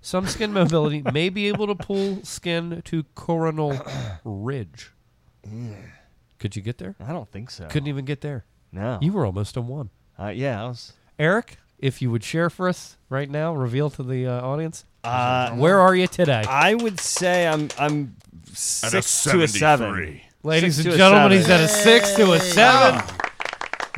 S8: Some skin mobility may be able to pull skin to coronal ridge. Could you get there?
S7: I don't think so.
S8: Couldn't even get there.
S7: No.
S8: You were almost a one.
S7: Uh, yeah, I was.
S8: Eric, if you would share for us right now, reveal to the uh, audience.
S7: Uh,
S8: where are you today?
S7: I would say I'm I'm six to a seven.
S8: Ladies
S7: Six
S8: and
S7: to a seven.
S8: gentlemen, he's at a six to a seven.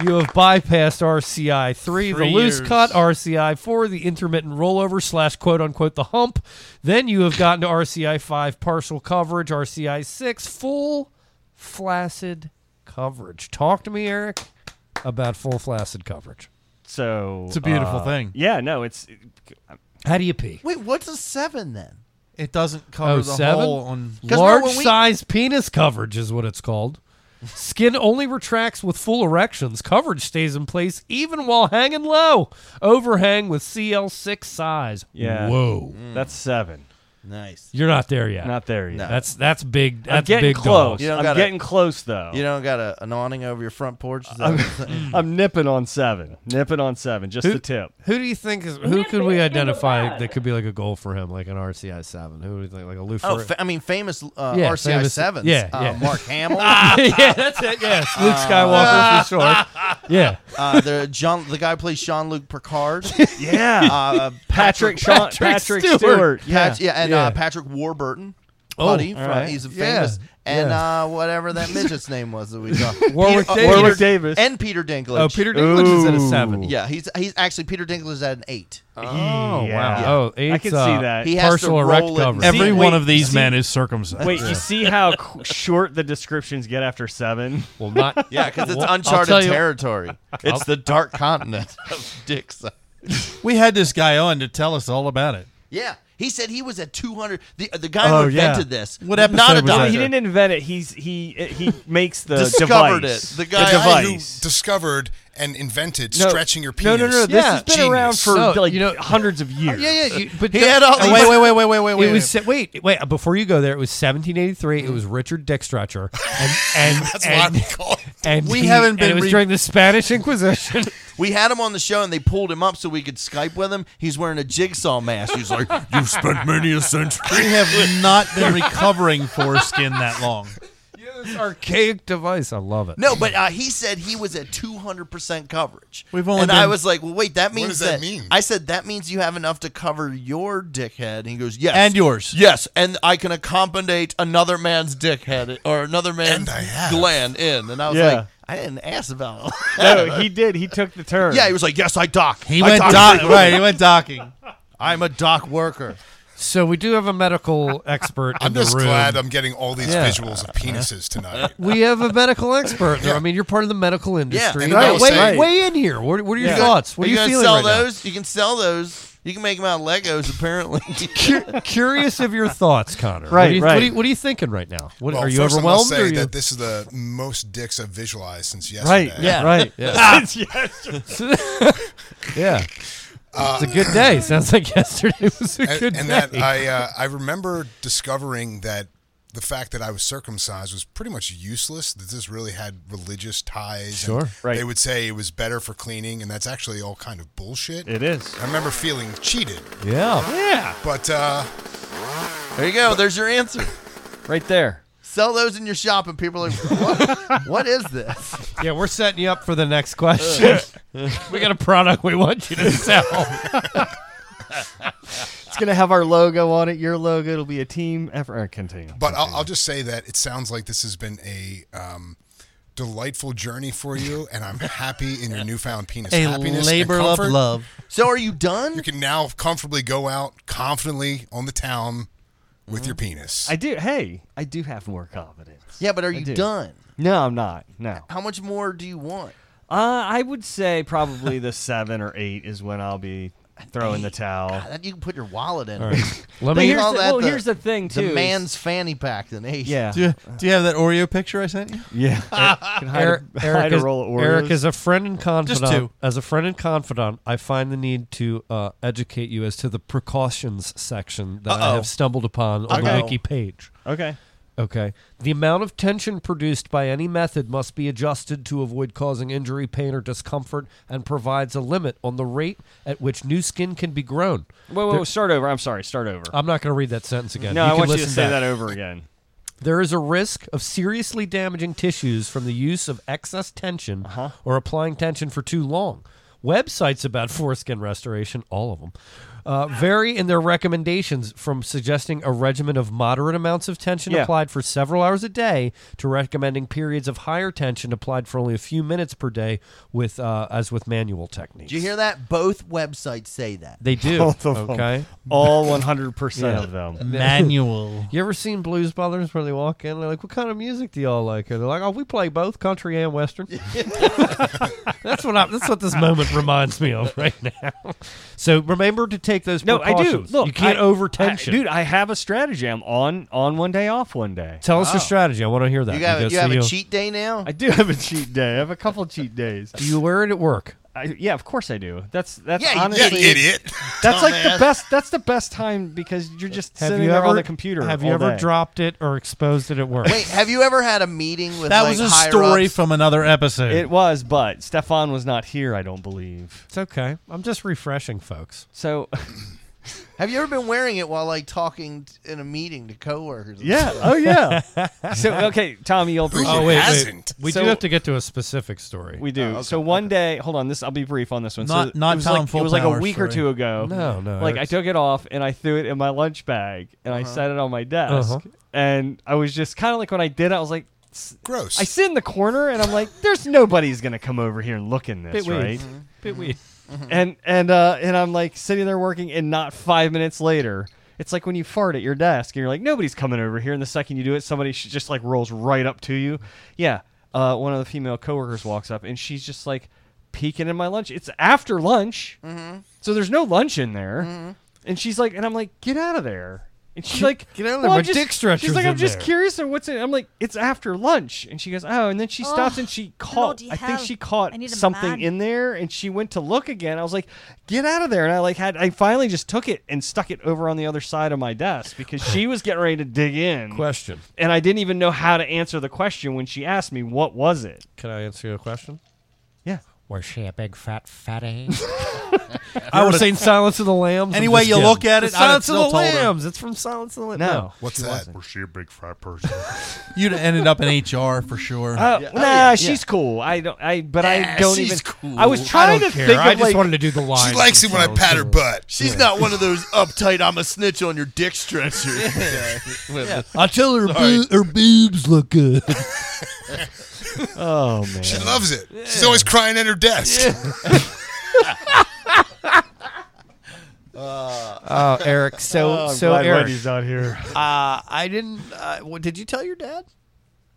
S8: You have bypassed RCI three,
S7: Three
S8: the loose
S7: years.
S8: cut, RCI four, the intermittent rollover slash quote unquote the hump. Then you have gotten to RCI five, partial coverage, RCI six, full flaccid coverage. Talk to me, Eric, about full flaccid coverage.
S7: So uh,
S8: It's a beautiful thing.
S7: Yeah, no, it's
S8: How do you pee?
S9: Wait, what's a seven then?
S4: It doesn't cover
S8: Oh,
S4: the
S8: seven?
S4: hole on
S8: Large size penis coverage is what it's called. Skin only retracts with full erections. Coverage stays in place even while hanging low. Overhang with CL6 size.
S7: yeah.
S8: Whoa.
S7: that's seven.
S9: Nice.
S8: You're not there yet.
S7: Not there yet.
S9: No.
S8: That's that's big. That's
S7: I'm getting
S8: big
S7: close.
S8: dogs.
S9: You don't
S7: I'm
S9: gotta-
S7: getting close though.
S9: You don't got a, an awning over your front porch. Is that
S7: I'm,
S9: what you're saying?
S7: I'm nipping on seven. Nipping on seven. Just the tip.
S8: Who do you think is who could we identify that could be like a goal for him, like an RCI seven? Who do you think like a Lou?
S9: Oh,
S8: Ferrigno?
S9: fa- I mean, famous uh,
S8: Yeah,
S9: RCI
S8: famous-
S9: sevens.
S8: yeah,
S9: uh,
S8: yeah.
S9: Mark Hamill.
S7: Ah!
S8: Yeah, that's it, yes. Luke Skywalker for sure. Yeah.
S9: Uh, the John, the guy who plays Sean Luke Picard.
S7: Yeah.
S9: Uh,
S7: Patrick Sean- Patrick Patrick Stewart. Stewart, yeah.
S9: Pat- and
S7: Yeah.
S9: Uh, Patrick Warburton.
S7: Oh,
S9: Buddy,
S7: all
S9: from-
S7: right.
S9: he's a
S7: Yeah,
S9: famous, and
S7: yeah.
S9: uh, whatever that midget's name was that we saw,
S7: Warwick
S9: Peter- uh,
S7: Davis. Warwick
S9: Peter-
S7: Davis.
S9: and Peter Dinklage.
S8: Oh, Peter Dinklage is at a Ooh. seven.
S9: Yeah, he's he's actually Peter Dinklage is at an eight.
S7: Uh,
S9: Oh
S8: wow. Oh,
S7: I
S8: eight's,
S7: can
S8: uh,
S7: see that.
S9: He has to partial erect roll it. coverage.
S7: See-
S9: Every one of
S7: wait,
S9: these
S7: see-
S9: men is
S4: circumcised.
S7: Wait,
S4: Yeah.
S7: you see how qu- short the descriptions get after seven?
S8: Well, not
S9: Yeah, because it's
S4: Well, I'll
S9: uncharted
S4: tell you-
S9: territory. It's the dark continent of dick size.
S4: We had this guy on to tell us all about it.
S9: Yeah, he said he was at 200. The, uh, the guy
S4: Oh,
S9: who invented
S4: yeah.
S9: this.
S4: What
S9: not
S4: episode
S9: a
S4: was that?
S9: doctor.
S7: He didn't invent it. He's he he makes the
S9: Discovered
S7: device.
S9: it. The guy-
S11: who
S7: device.
S11: discovered and invented
S7: No,
S11: stretching your
S7: no,
S11: penis.
S7: no, no, this has been around for, No, like, you know- hundreds of years.
S8: Yeah, yeah. You, but
S11: He had all
S8: Oh,
S11: these-
S8: wait, wait, wait, wait, wait, wait,
S11: It
S8: wait.
S11: was
S8: wait, wait, wait. Before you go there, it was 1783. It was Richard Dickstretcher, and and
S9: That's why
S8: and,
S9: we call it.
S8: and
S9: We
S8: he-
S9: haven't
S8: and
S9: been
S8: it was
S9: re-
S8: during the Spanish Inquisition.
S9: We had him on the show and they pulled him up so we could Skype with him. He's wearing a jigsaw mask. He's like, You've spent many a century.
S4: We have not been recovering foreskin that long.
S8: this archaic device. I love it.
S9: No, but uh, he said he was at 200% coverage.
S4: We've only
S9: and I
S4: been-
S9: was like, well, wait, that
S4: What
S9: means
S4: does that mean?
S9: I said, that means you have enough to cover your dickhead. And he goes, yes.
S4: And yours.
S9: Yes. And I can accommodate another man's dickhead or another man's gland in. And I was
S7: Yeah.
S9: like, I didn't ask about
S7: No, he did. He took the turn.
S9: Yeah, he was like, yes, I dock.
S4: He
S9: I
S4: went
S9: dock
S4: dock-
S9: frequently."
S4: right, he went docking.
S9: I'm a dock worker.
S8: So we do have a medical expert.
S11: I'm
S8: in the
S11: just
S8: room.
S11: glad I'm getting all these
S8: Yeah.
S11: visuals of penises tonight.
S8: We have a medical expert. I mean, you're part of the medical industry.
S11: and
S8: Right,
S11: I'll
S8: Way,
S11: say-
S8: way in here. What, what are your
S9: You gonna-
S8: thoughts? What are you,
S9: gonna
S8: feeling
S9: Sell
S8: right now?
S9: those. You can sell those. You can make them out of Legos. Apparently.
S8: Curious of your thoughts, Connor. What
S7: Right,
S8: do you-
S7: right.
S8: What are you, what are you thinking right now? What,
S11: Well,
S8: are you
S11: first I must
S8: overwhelmed?
S11: say
S8: or you-
S11: that this is the most dicks I've visualized since
S8: Right,
S11: yesterday.
S8: yeah, right, yeah. Since yesterday. Yeah. It's a good day. Sounds like yesterday was a
S11: Uh, and,
S8: good
S11: and that
S8: day.
S11: I uh, I remember discovering that the fact that I was circumcised was pretty much useless. That this really had religious ties. and
S8: Sure.
S7: Right.
S11: They would say it was better for cleaning, and that's actually all kind of bullshit.
S7: It is.
S11: I remember feeling cheated.
S8: Yeah.
S7: Yeah.
S11: But uh,
S9: there you go. There's your answer.
S7: Right there.
S9: Sell those in your shop, and people are like, what, what is this?
S8: Yeah, we're setting you up for the next question. we got a product we want you to sell. it's
S13: gonna have our logo on it, your logo. It'll be a team effort. Uh, Continue.
S11: But I'll, I'll just say that it sounds like this has been a um, delightful journey for you, and I'm happy in your newfound penis
S9: A
S11: happiness.
S9: labor
S11: and
S9: of
S11: comfort.
S9: love. So are you done?
S11: You can now comfortably go out confidently on the town with your penis.
S7: I do. Hey, I do have more confidence.
S9: Yeah, but are
S7: I
S9: you
S7: do.
S9: done?
S7: No, I'm not. No.
S9: How much more do you want?
S7: Uh, I would say probably the seven or eight is when I'll be throwing the towel.
S9: God, Ah, you can put your wallet in.
S7: All
S9: it.
S7: right.
S9: Let
S7: Let
S9: me
S7: me- Here's the- well, here's the thing, too,
S9: The
S7: is-
S9: man's fanny pack. Then hey,
S7: Do you-
S9: do you have that Oreo picture I sent you?
S7: Yeah.
S8: Eric, Eric is, Eric is a friend and confidant.
S4: Just two.
S8: As a friend and confidant, I find the need to uh, educate you as to the precautions section that I
S4: Uh-oh.
S8: have stumbled upon on
S4: Okay.
S8: the wiki page.
S7: Okay.
S8: Okay. The amount of tension produced by any method must be adjusted to avoid causing injury, pain, or discomfort, and provides a limit on the rate at which new skin can be grown.
S7: Whoa, whoa,
S8: There-
S7: start over. I'm sorry. Start over.
S8: I'm not going to read that sentence again.
S7: No,
S8: You
S7: I
S8: can
S7: want you to
S8: listen
S7: say
S8: back.
S7: that over again.
S8: There is a risk of seriously damaging tissues from the use of excess tension
S9: Uh-huh.
S8: or applying tension for too long. Websites about foreskin restoration, all of them, uh, vary in their recommendations from suggesting a regimen of moderate amounts of tension
S7: Yeah.
S8: applied for several hours a day to recommending periods of higher tension applied for only a few minutes per day, with uh, as with manual techniques.
S9: Did you hear that? Both websites say that.
S8: They do.
S9: Both of them.
S8: okay.
S7: All 100% of them.
S8: Manual. you ever seen Blues Brothers where they walk in? They're like, "What kind of music do y'all like?" And they're like, "Oh, we play both country and western." that's what I, that's what this moment reminds me of right now. So remember to take those.
S7: No, I do.
S8: precautions.
S7: Look,
S8: you can't
S7: I-
S8: over
S7: I-
S8: tension.
S7: dude, I have a strategy. I'm on on one day, off one day.
S8: Tell us your strategy. I want to hear that.
S7: You got-
S8: because
S7: you have a
S8: you'll-
S9: Cheat day now.
S7: I do have a cheat day. I have a couple cheat days.
S8: Do you wear it at work?
S7: I, yeah, of course I do. That's that's
S9: Yeah, you
S7: honestly
S9: did, idiot.
S7: That's like the
S9: Dumbass.
S7: best. That's the best time because you're just
S8: Have
S7: sitting
S8: you
S7: there
S8: ever
S7: on the computer.
S8: Have you
S7: all
S8: ever
S7: day.
S8: dropped it or exposed it at work?
S9: Wait, have you ever had a meeting with
S7: That
S9: like,
S7: was a
S9: higher
S7: story
S9: ups?
S4: from another episode.
S7: It was, but Stefan was not here. I don't believe.
S8: It's okay. I'm just refreshing, folks.
S7: So,
S9: Have you ever been wearing it while like talking t- in a meeting to coworkers? and
S7: yeah.
S9: stuff?
S7: Oh yeah. so okay, Tommy, you'll appreciate.
S8: Oh
S7: it.
S8: wait, wait. we
S7: So-
S8: do have to get to a specific story.
S7: We do. So one day, hold on. This I'll be brief on this one.
S8: Not-
S7: so
S8: not
S7: it was
S8: Tom
S7: like, It was like a
S8: Fultower's
S7: week or
S8: story.
S7: two ago.
S8: No, no,
S7: Like I
S8: Eric's-
S7: took it off and I threw it in my lunch bag and I set it on my desk
S8: Uh-huh.
S7: and I was just kind of like when I did, it, I was like. s-
S11: Gross.
S7: I sit in the corner and I'm like, "There's nobody's gonna come over here and look in this,
S8: Bit weird.
S7: right?"
S8: Mhm. Bit weird.
S4: Mm-hmm.
S8: Mhm.
S7: And and uh, and I'm like sitting there working, and not five minutes later, it's like when you fart at your desk, and you're like, "Nobody's coming over here." And the second you do it, somebody sh- just like rolls right up to you. Yeah, uh, one of the female coworkers walks up, and she's just like peeking in my lunch. It's after lunch,
S8: Mm-hmm.
S7: so there's no lunch in there. And she's like, and I'm like, "Get out of there." And she's like,
S8: Get out of there,
S7: "Well,
S8: my
S7: I'm just-"
S8: dick stretcher's
S7: She's like, I'm
S8: in
S7: just
S8: there."
S7: curious of what's in. I'm like, it's after lunch, and she goes, oh, and then she stops
S14: Oh,
S7: and she caught.
S14: bloody
S7: I
S14: hell.
S7: think she
S14: I
S7: caught
S14: need a
S7: something
S14: man.
S7: in there, and she went to look again. I was like, get out of there! And I like had I finally just took it and stuck it over on the other side of my desk because she was getting ready to dig in.
S8: Question.
S7: And I didn't even know how to answer the question when she asked me what was it.
S8: Can I answer your question?
S7: Yeah.
S8: Was she a big fat fatty?
S7: I
S8: I was
S7: would've-
S8: saying Silence of the Lambs. I'm
S4: Anyway,
S8: just
S4: you
S8: kidding.
S4: look at it,
S8: It's
S4: I'd have
S8: Silence of
S4: still told
S8: the
S4: her.
S8: Lambs. It's from Silence of the Lambs.
S4: No.
S8: What's
S4: She
S8: that?
S4: wasn't.
S8: Was she a big fat person?
S4: You'd have ended up in HR for sure.
S7: Oh, nah, she's cool. I don't. I but I
S4: Nah,
S7: don't
S4: she's
S7: even.
S4: cool.
S7: I was
S4: I
S7: trying
S4: don't
S7: to
S4: care.
S7: think.
S4: I
S7: of,
S4: just
S7: like-
S4: wanted to do the line. She likes it when I pat her butt.
S9: She's
S4: Yeah.
S9: not one of those uptight. I'm a snitch on your dick stretcher. Yeah.
S15: I tell her boo- her boobs look good.
S7: oh man,
S11: She loves it. She's always crying at her desk.
S8: Oh, Eric. So,
S7: Oh, I'm
S8: so
S7: glad
S8: Eric,
S7: Wendy's not here.
S8: Uh, I didn't. Uh, what, did you tell your dad?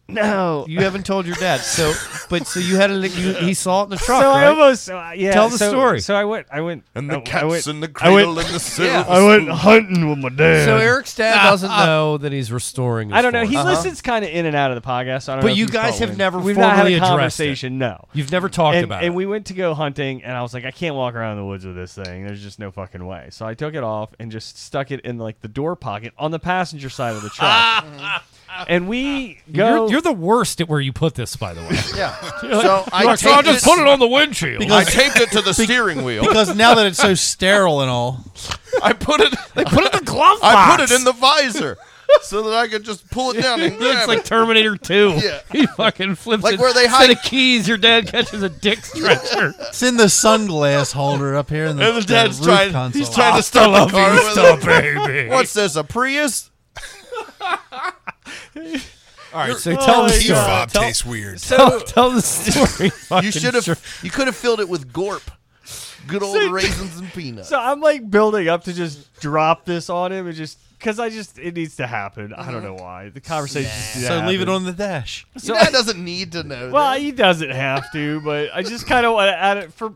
S7: No,
S8: you haven't told your dad. So, but so you had a. You, he saw it in the truck.
S7: So
S8: right?
S7: I almost so I- yeah.
S8: Tell the
S7: so-
S8: story.
S7: So I went. I went.
S8: And the
S7: I- I
S8: cat's
S7: went-
S8: in the
S7: I
S8: cradle
S7: went-
S8: and the silver
S7: I went
S8: spoon.
S7: hunting with my dad.
S8: So Eric's dad doesn't know that he's restoring. His
S7: I don't know. He
S8: fortune.
S7: listens kind of in and out of the podcast. So I don't
S8: Uh-huh. But
S7: know if
S8: you
S7: he's
S8: guys have
S7: following.
S8: never
S7: We've not had
S8: formally
S7: a
S8: addressed it.
S7: conversation. No,
S8: You've never talked
S7: and,
S8: about
S7: And
S8: it.
S7: we went to go hunting, and I was like, I can't walk around the woods with this thing. There's just no fucking way. So I took it off and just stuck it in like the door pocket on the passenger side of the truck. and we go.
S8: Ah! You're, you're the worst at where you put this, by the way.
S9: Yeah.
S8: You're like-
S9: So I
S8: you're like, so I
S9: taped
S8: just
S9: it-
S8: put it on the windshield.
S9: Because- I taped it to the steering wheel.
S4: Because now that it's so sterile and all,
S9: I put it.
S8: They put it in the glove
S9: I put
S8: box.
S9: it in the visor. so that I could just pull it down and grab
S14: It's like
S9: it.
S14: Terminator 2.
S9: Yeah.
S14: He fucking flips
S9: Like
S14: it.
S9: where they
S14: Instead of
S9: hide-
S14: keys, your dad catches a dick stretcher.
S4: It's in the sunglass holder up here in the,
S9: And the dad's
S4: roof
S9: trying-
S4: console.
S9: he's trying to start the car with it. What's
S4: What's
S9: this, a Prius? All
S4: right, so
S7: Oh
S4: tell the story.
S7: uh,
S9: Bob
S4: Tell-
S14: tell- tell the story,
S9: you
S14: fucking
S9: should have.
S14: sure.
S9: You could have filled it with gorp. Good old
S7: So-
S9: raisins and peanuts.
S7: So I'm like building up to just drop this on him and just because I just it needs to happen. I don't know why the conversation. just needs to
S4: So leave it
S7: happen.
S4: on the dash.
S7: So
S9: Your
S7: I-
S9: dad doesn't need to know.
S7: Well,
S9: that.
S7: he doesn't have to, but I just kind of want to add it for.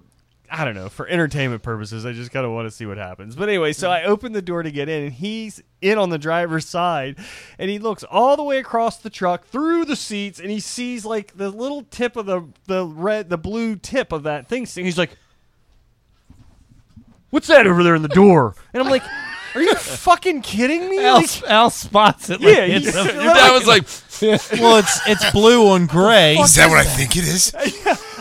S7: I don't know for entertainment purposes. I just kind of want to see what happens. But anyway, so I open the door to get in, and he's in on the driver's side, and he looks all the way across the truck through the seats, and he sees like the little tip of the the red the blue tip of that thing. sticking. He's like, "What's that over there in the door?" And I'm like, "Are you fucking kidding me?"
S14: Al,
S7: Like,
S14: Al spots it.
S7: Yeah,
S14: Like it's
S7: he's-
S14: a-
S7: Your dad was like,
S4: well, it's it's blue on gray.
S11: Is that what I think it is?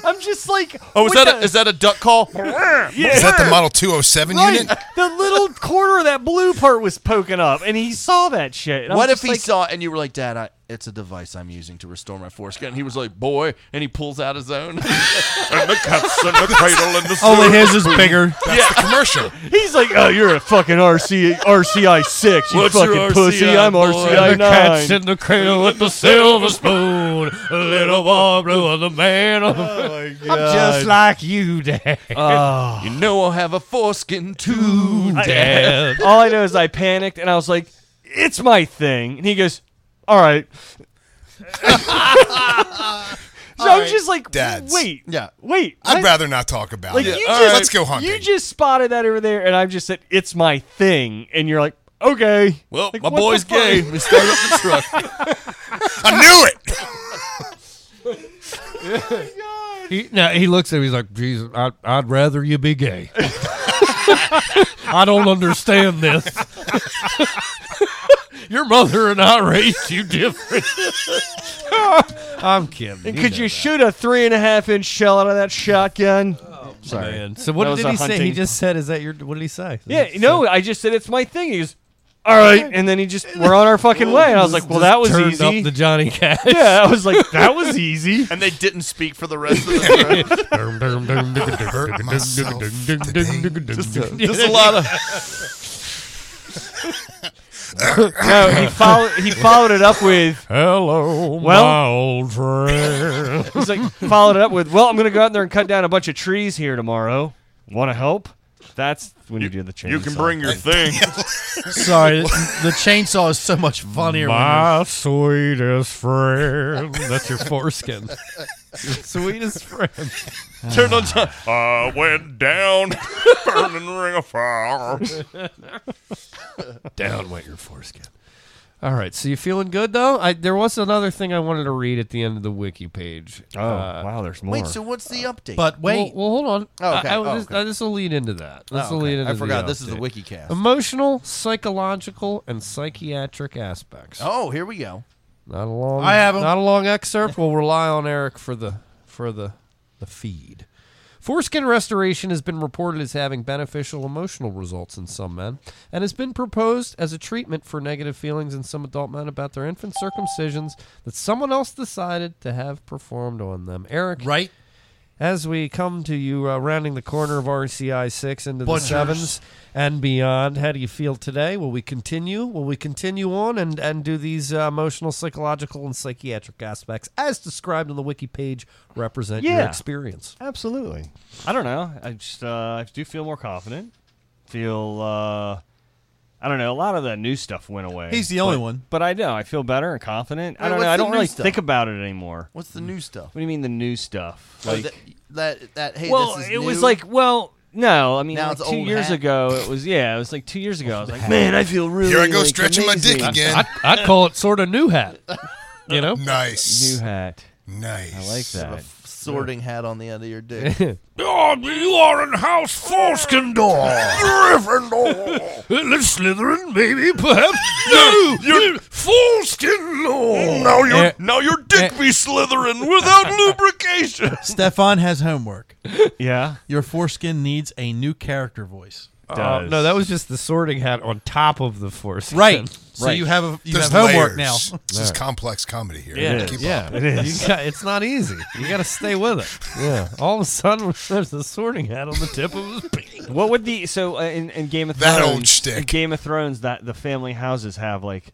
S7: I'm just like,
S9: Oh, is
S7: what
S9: that a, is that a duck call?
S11: Is that the Model 207
S7: Right.
S11: unit?
S7: The little corner of that blue part was poking up, and he saw that shit. And I'm
S9: What if
S7: just
S9: he
S7: like,
S9: saw it and you were like, Dad, I, it's a device I'm using to restore my foreskin? And he was like, Boy, and he pulls out his own. and the cat's in the cradle and the
S4: Only Oh, his is
S9: sewer-
S4: bigger.
S9: yeah. commercial.
S7: He's like, oh, you're a fucking RC, RCI six, you
S14: What's your
S7: fucking pussy.
S14: RCI
S7: I'm
S14: boy?
S7: RCI
S14: The cat's
S7: nine.
S14: in the cradle with the silver spoon. A little boy blue of the man. I'm just like you, Dad.
S9: You know I'll have a foreskin too,
S7: I-
S9: Dad.
S7: All I know is I panicked, and I was like, it's my thing. And he goes, all right. So I'm just like,
S11: Dads.
S7: wait,
S9: yeah,
S7: wait.
S11: I'd
S7: what?
S11: rather not talk about
S7: Like
S11: it.
S7: you just
S11: let's go hunting.
S7: You just spotted that over there, and I've just said it's my thing, and you're like, okay.
S9: Well,
S7: Like,
S9: my
S7: what the
S9: boy's
S7: fuck?
S9: gay. We start up the truck.
S11: I knew it.
S8: He, now he looks at me. He's like, "Jesus, I, I'd rather you be gay. I don't understand this. Your mother and I raised you different." I'm kidding.
S7: And
S8: You
S7: could
S8: know
S7: you shoot a three and a half inch shell out of that shotgun? Sorry.
S8: Man. So what
S7: That was
S8: did
S7: a
S8: he say? He
S7: hunting-
S8: just said, "Is that your?" What did he say?
S7: Yeah, no, I just said it's my thing. He goes, all right, and then he just we're on our fucking way. And I was like, well,
S8: Just
S7: that was
S8: turned
S7: easy.
S8: Up the Johnny Cash.
S7: Yeah, I was like, that was easy.
S9: And they didn't speak for the rest of the trip.
S11: Hurt myself today.
S9: Just a- just a lot of.
S7: no, he followed. He followed it up with
S8: Hello,
S7: Well-
S8: my old friend.
S7: He's like followed it up with, "Well, I'm going to go out there and cut down a bunch of trees here tomorrow. Want to help?" That's when you, do the chainsaw.
S9: you can bring your thing.
S4: Sorry, the, the chainsaw is so much funnier. when
S8: My sweetest friend. That's your foreskin. your sweetest friend.
S9: Turn on. John. I went down, burning ring of fire.
S8: Down went your foreskin. All right, so you feeling good though? I, there was another thing I wanted to read at the end of the wiki page. Uh,
S7: Oh wow, there's more.
S9: Wait, so what's the update?
S4: But wait,
S8: well, well, hold on.
S9: Oh, okay.
S8: I, I,
S9: Oh,
S8: this, uh,
S9: okay.
S8: this will lead into that. This
S9: Oh,
S8: will
S9: okay.
S8: lead into
S9: I forgot.
S8: The
S9: This is the
S8: update.
S9: WikiCast.
S8: Emotional, psychological, and psychiatric aspects.
S9: Oh, here we go.
S8: Not a long.
S4: I have 'em.
S8: Not a long excerpt. We'll rely on Eric for the for the the feed. Foreskin restoration has been reported as having beneficial emotional results in some men, and has been proposed as a treatment for negative feelings in some adult men about their infant circumcisions that someone else decided to have performed on them. Eric,
S4: Right.
S8: as we come to you uh, rounding the corner of RCI six into
S4: Butchers.
S8: the sevens and beyond, how do you feel today? Will we continue? Will we continue on and and do these uh, emotional, psychological, and psychiatric aspects as described on the wiki page represent your
S7: Yeah.
S8: experience?
S7: Absolutely. I don't know. I just uh, I do feel more confident. Feel uh, I don't know. A lot of that new stuff went away.
S4: He's the only
S7: But-
S4: one.
S7: But I know I feel better and confident.
S9: Wait,
S7: I don't
S9: what's
S7: know. I
S9: the
S7: don't
S9: new
S7: really
S9: stuff?
S7: think about it anymore.
S9: What's the new stuff?
S7: What do you mean the new stuff?
S9: Oh,
S7: Like
S9: that, that that hey,
S7: well,
S9: this is
S7: it was
S9: new?
S7: like well. No, I mean,
S9: Now
S7: like,
S9: it's
S7: two
S9: old
S7: years
S9: hat.
S7: ago, it was yeah, it was like two years ago. I was like, man, I feel really
S11: Here I go
S7: like,
S11: stretching my dick
S7: amazing."
S11: again.
S8: I, I'd call it sort of new hat. You know,
S11: Nice.
S7: New hat.
S11: Nice.
S7: I like
S9: Have a
S7: that.
S9: f- sorting hat on the end of your dick.
S14: Oh, you are in House Forskindor. Gryffindor. Let's Slytherin, maybe, perhaps. No, you're Forskin Lord.
S9: now your
S8: Eh,
S9: now your dick be slithering without lubrication.
S4: Stefan has homework.
S7: Yeah.
S4: Your foreskin needs a new character voice.
S8: Uh,
S7: does.
S8: no, that was just the sorting hat on top of the foreskin.
S11: Right.
S8: Right.
S11: There's layers. This is complex comedy here.
S8: Yeah,
S11: Keep
S8: yeah,
S11: up.
S8: it is. You got- it's not easy. You got to stay with it. Yeah. All of a sudden, there's the sorting hat on the tip of his penis.
S7: What would the so uh, in, in Game of Thrones?
S8: That old
S7: In Game of Thrones, that the family houses have like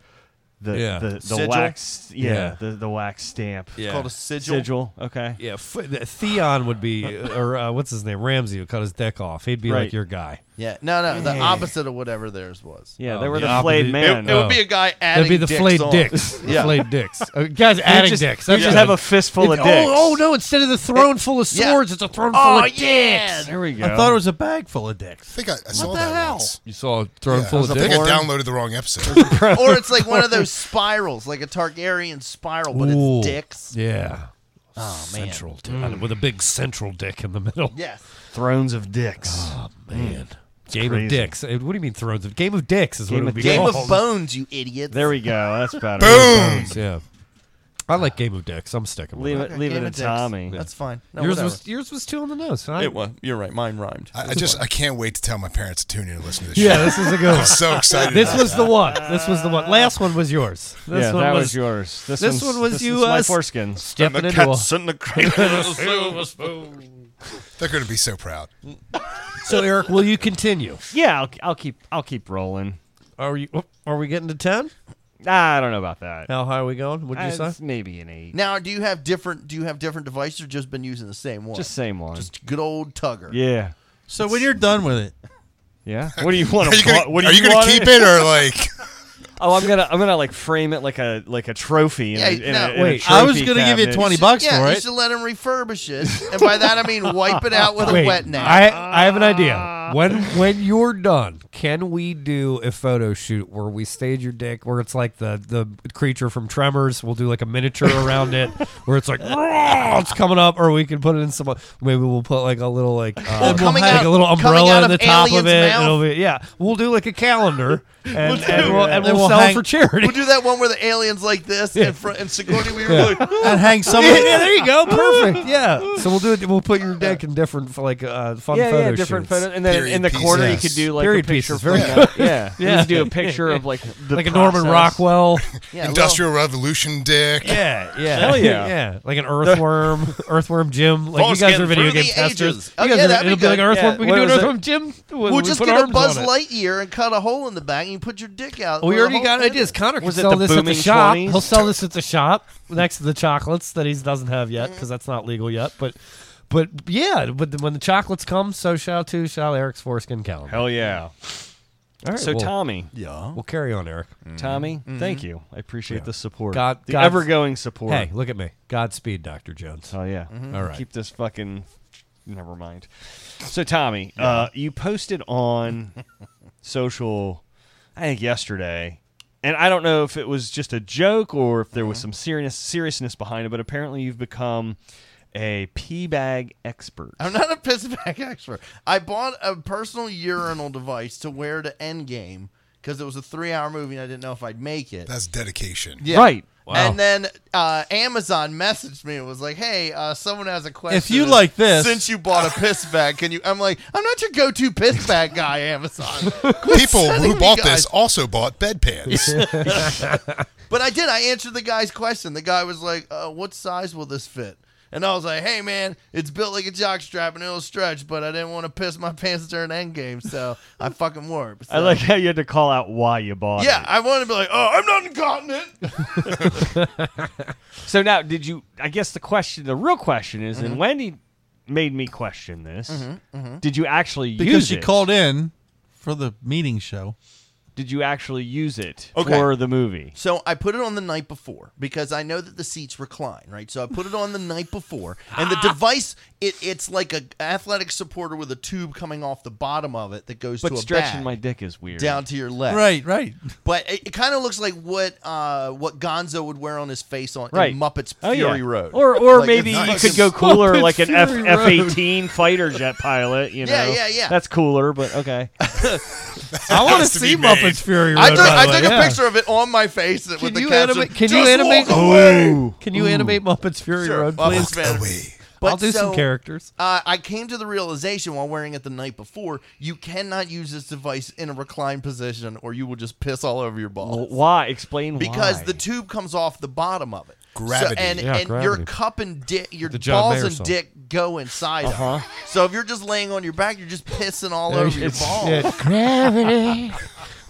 S7: the
S8: Yeah.
S7: the, the
S8: Sigil?
S7: wax, yeah,
S8: Yeah.
S7: The, the wax stamp.
S8: Yeah.
S7: It's called a sigil. Sigil. Okay.
S8: Yeah, f- the- Theon would be, or uh, what's his name, Ramsey would cut his dick off. He'd be
S9: Right.
S8: like your guy.
S9: Yeah, no, no, the
S8: Hey.
S9: opposite of whatever theirs was.
S8: Oh, opposite-
S9: It,
S7: Oh.
S9: it would be a guy adding.
S8: That'd Oh. be the
S9: dicks
S8: flayed
S9: on.
S8: dicks.
S9: yeah,
S8: Flayed dicks. Uh, guys
S9: You
S8: adding
S9: just-
S8: dicks.
S9: you
S8: That's
S9: just
S8: good.
S9: have a fistful of
S8: It's-
S9: dicks.
S8: Oh, oh, no! Instead of the throne full of
S9: Yeah.
S8: swords, it's a throne
S9: Oh,
S8: full of
S9: yeah.
S8: dicks.
S9: There we
S11: go. I thought it
S8: was a bag full of dicks.
S11: I think I, I
S8: What
S11: saw
S8: the
S11: that
S8: hell?
S11: once.
S8: You saw a throne
S11: Yeah,
S8: full of
S11: I think I
S8: dicks?
S11: downloaded the wrong episode.
S9: or it's like one of those spirals, like a Targaryen spiral, but
S8: Ooh.
S9: it's dicks.
S8: Yeah.
S9: Oh man.
S8: Central dick. With a big central dick in the middle.
S9: Yes.
S7: Thrones of dicks.
S8: Oh, man.
S7: It's
S8: Game
S7: crazy.
S8: of dicks. Uh, What do you mean thrones of Game of dicks is what
S7: Game
S8: it
S7: of
S8: would be
S7: Dicks. Game of
S8: called.
S9: Bones, you idiots.
S7: There we go. That's better.
S8: Boom. Yeah. I like Game of Dicks. I'm sticking with
S7: Leave
S8: it.
S7: it- leave it Game of in Dicks. Tommy.
S9: That's fine. No,
S8: yours
S9: whatever.
S8: was yours was two on the nose. I-
S9: It was. You're right. Mine rhymed.
S11: I, I just I can't wait to tell my parents to tune in and listen to this.
S8: Yeah,
S11: show.
S8: this is a good one.
S11: I'm so excited.
S8: This
S11: about
S8: was
S11: that.
S8: the one. This was the one. Last one was yours. This
S7: Yeah,
S8: one
S7: that
S8: was,
S7: was yours. This one's-
S8: one was
S7: this
S8: you.
S7: one's my
S8: uh, s-
S7: foreskin.
S8: Stepping
S11: And the
S8: into
S11: cat's
S8: a
S11: in the crate with a silver spoon. They're going to be so proud.
S8: so Eric, will you continue?
S7: Yeah, I'll, I'll keep I'll keep rolling.
S8: Are you? Are we getting to ten?
S7: I don't know about that.
S8: How high are we going? What'd you
S7: Uh,
S8: say?
S7: Maybe an eight.
S9: Now, do you have different? Do you have different devices, or just been using the same one?
S7: Just same one.
S9: Just good old tugger.
S7: Yeah.
S4: So when you're done with it,
S7: Yeah. What do you want?
S4: Are you gonna-
S7: what do
S4: are you gonna
S7: want
S4: keep it or, like-
S7: Oh, I'm gonna I'm gonna like frame it like a like a trophy. In a, in a, in a
S4: Wait, I was
S7: trophy
S4: gonna give you
S7: cabinet.
S4: 20 bucks
S9: yeah,
S4: for
S9: you
S4: it.
S9: should let him refurbish it, and by that I mean wipe it out with
S8: Wait,
S9: a wet Ah. nap.
S8: I I have an idea. When when you're done, can we do a photo shoot where we stage your dick, where it's like the the creature from Tremors? We'll do like a miniature around it, where it's like "Rawr," it's coming up, or we can put it in some. Maybe we'll put like a little like uh,
S9: Well, coming
S8: like
S9: out-
S8: a little
S9: coming
S8: umbrella
S9: out
S8: in the
S9: of
S8: top of
S9: alien's
S8: it.
S9: mouth.
S8: And it'll be, yeah, we'll do like a calendar, and,
S9: do-
S8: and we'll, and
S9: Then
S8: we'll,
S9: we'll
S8: sell
S9: hang-
S8: it for charity.
S9: We'll do that one where the aliens like this, and, fr- and Sigourney Weaver
S8: Yeah.
S9: like,
S4: and hang some.
S8: yeah, yeah, there you go, perfect. Yeah, so we'll do it. We'll put your dick in different, like uh, fun
S7: yeah,
S8: photo
S7: yeah, different
S8: shoots.
S7: photo, and then in the corner you could do like
S8: period
S7: a picture
S8: pieces.
S7: from
S8: very
S7: that.
S8: good.
S7: yeah, you could do a picture of like the
S8: like a Norman
S7: process.
S8: Rockwell,
S11: Industrial Revolution dick.
S8: Yeah, yeah,
S7: Hell yeah.
S8: yeah, like an earthworm, earthworm Jim. Like you guys
S9: Foreskin
S8: are video
S9: through
S8: game
S9: the
S8: testers.
S9: ages. Oh,
S8: you guys
S9: yeah,
S8: are,
S9: that'd
S8: it'll
S9: be
S8: be like an
S9: good.
S8: earthworm.
S9: Yeah.
S8: We
S9: What
S8: can do an
S9: was it?
S8: earthworm Jim.
S9: We'll just
S8: put
S9: get a
S8: arms on
S9: Buzz
S8: it.
S9: Lightyear and cut a hole in the back, and you put your dick out.
S8: We
S9: with a
S8: already
S9: hole
S8: got
S9: in
S8: ideas.
S9: it.
S8: Connor can sell this at the shop. He'll sell this at the shop next to the chocolates that he doesn't have yet because that's not legal yet. But, but yeah, but when the chocolates come, so shall too shall Eric's foreskin calendar.
S7: Hell yeah.
S8: All right,
S7: so
S8: well-
S7: Tommy,
S4: yeah, Mm-hmm.
S8: we'll carry on, Eric.
S9: Mm.
S7: Tommy, thank you. I appreciate
S8: Yeah.
S7: the support,
S8: God,
S7: the
S8: God-
S7: ever-going support.
S8: Hey, look at me. Godspeed, Doctor Jones.
S7: Oh yeah.
S8: All right.
S7: Keep this fucking. Never mind. So Tommy, uh, you posted on social, I think yesterday, and I don't know if it was just a joke or if there was
S4: Mm-hmm.
S7: some serious seriousness behind it, but apparently you've become a pee bag expert.
S9: I'm not a piss back expert. I bought a personal urinal device to wear to Endgame because it was a three hour movie and I didn't know if I'd make it.
S11: That's dedication.
S9: Yeah.
S7: Right.
S9: And then uh, Amazon messaged me and was like, "Hey, uh, someone has a question.
S4: you like this-
S9: since you bought a piss bag, can you?" I'm like, "I'm not your go-to piss bag guy, Amazon." Quit
S11: People
S9: sending
S11: who
S9: me
S11: bought
S9: guys.
S11: this also bought bedpans.
S9: But I did. I answered the guy's question. The guy was like, uh, "What size will this fit?" And I was like, "Hey, man, it's built like a jockstrap and it'll stretch." But I didn't want to piss my pants during Endgame, so I fucking wore it.
S7: I like how you had to call out why you bought
S9: Yeah, I wanted to be like, "Oh, I'm not incontinent."
S7: it. so now, did you? I guess the question, the real question is,
S4: Mm-hmm.
S7: and Wendy made me question this.
S4: Mhm, mhm.
S7: Did you actually
S4: because
S7: use
S4: she
S7: it?
S4: called in for the meeting show.
S7: Did you actually use it
S4: Okay.
S7: for the movie?
S9: So I put it on the night before because I know that the seats recline, right? So I put it on the night before, and the device it, it's like a athletic supporter with a tube coming off the bottom of it that goes
S7: But
S9: to a
S7: stretching
S9: bag
S7: my dick is weird.
S9: down to your leg.
S4: Right, right.
S9: But it, it kind of looks like what uh, what Gonzo would wear on his face on in
S7: Right.
S9: Muppets
S7: Oh,
S9: Fury
S7: yeah.
S9: Road,
S7: Or or
S9: Like,
S7: maybe
S9: it's
S7: you
S9: fucking-
S7: could go cooler like an F
S9: Fury
S7: F
S9: Road.
S7: eighteen fighter jet pilot. You know,
S9: Yeah, yeah, yeah.
S7: That's cooler, but okay.
S8: I
S9: wanna
S8: want to
S9: Has to be
S8: see
S9: see made.
S8: Muppets
S9: Muppets
S8: Fury
S9: I took, I took a picture of it on my face with
S8: Can
S9: the
S8: you
S9: caption.
S8: animate? Can you
S9: "Just
S8: animate?
S9: walk away."
S8: Can you animate Muppets Fury
S9: Sure,
S8: Road,
S9: Muppets
S8: please?
S9: Fury.
S8: I'll do some characters.
S4: Uh, I came to the realization while wearing it the night before you cannot use this device in a reclined position or you will just piss all over your balls.
S7: why? Explain
S4: because
S7: why.
S4: the tube comes off the bottom of it.
S7: Gravity.
S4: So, and
S7: Yeah,
S4: and
S7: gravity.
S4: your cup and dick, your
S7: The John
S4: balls
S7: Mayer
S4: and
S7: song.
S4: dick go inside. of it.
S7: Uh-huh.
S4: So if you're just laying on your back, you're just pissing all over your balls.
S8: Gravity.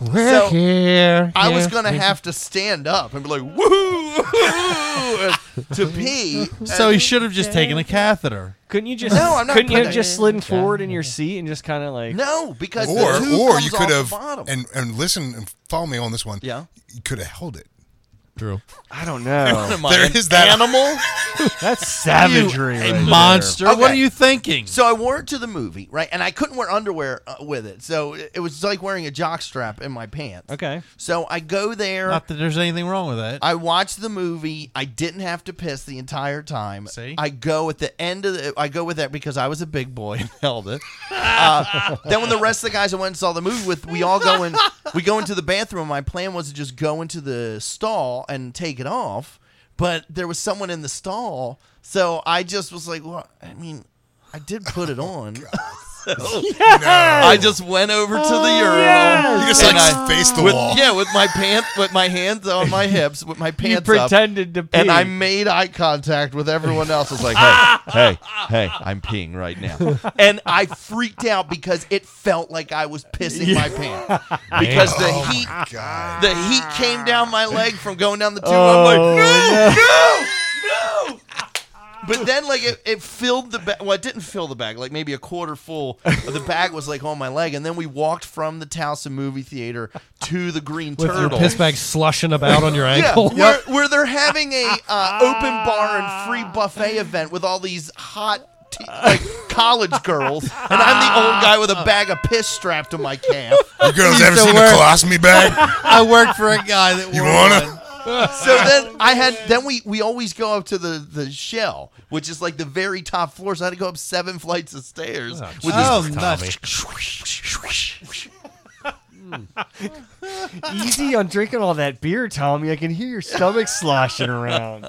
S8: We're
S4: So,
S8: here.
S4: I was
S8: Yeah.
S4: gonna have to stand up and be like, woohoo, to pee.
S9: So he should have just taken a catheter.
S7: Couldn't you just?
S4: No, I'm not
S7: couldn't you have
S4: putting-
S7: just slid forward in your seat and just kind of like?
S4: No, because
S11: or
S4: the tube
S11: or
S4: comes
S11: you
S4: off
S11: could
S4: the
S11: have
S4: bottom.
S11: and and listen and follow me on this one.
S4: Yeah,
S11: you could have held it.
S8: True.
S7: I don't
S11: There
S7: know.
S11: is that
S4: animal.
S7: That's savagery. right there.
S4: Okay.
S9: thinking?
S4: So I wore it to the movie, right? And I couldn't wear underwear uh, with it, so it it was like wearing a jockstrap in my pants.
S7: Okay.
S4: So I go there.
S9: Not that there's anything wrong with that.
S4: I watched the movie. I didn't have to piss the entire time.
S9: See?
S4: I go at the end of the. I go with that because I was a big boy and held it. Uh, then when the rest of the guys I went and saw the movie with, we all go in. We go into the bathroom. My plan was to just go into the stall and take it off, but there was someone in the stall, so I just was like, "Well, I mean, I did put it on." So I just went over to the
S9: Oh,
S4: urinal.
S9: yes.
S11: You just, like,
S4: and I-
S11: faced the
S4: with-
S11: wall.
S4: Yeah, with my pants, with my hands on my hips, with my
S7: You
S4: pants up,
S7: pretended to pee.
S4: and I made eye contact with everyone else. I was like, hey, hey, hey, I'm peeing right now. and I freaked out because it felt like I was pissing my pants because the
S11: Oh,
S4: heat,
S11: my God.
S4: the heat came down my leg from going down the tube. I'm
S7: Oh,
S4: like,
S7: no.
S4: no, no, no. But then, like, it, it filled the bag. Well, it didn't fill the bag. Like, maybe a quarter full of the bag was, like, on my leg. And then we walked from the Towson movie theater to the Green
S8: With your
S4: Turtle.
S8: piss bag slushing about on your ankle.
S4: Yeah, where, where they're having a uh, open bar and free buffet event with all these hot te- like college girls, and I'm the old guy with a bag of piss strapped to my calf.
S11: You girls
S9: He's
S11: ever
S9: the
S11: seen
S9: worst.
S11: a colostomy bag?
S9: I worked for a guy that
S11: You
S9: wore
S11: wanna?
S4: So then I had then we we always go up to the the shell, which is like the very top floor. So I had to go up seven flights of stairs with this
S9: Oh, nuts.
S7: Easy on drinking all that beer, Tommy. I can hear your stomach sloshing around.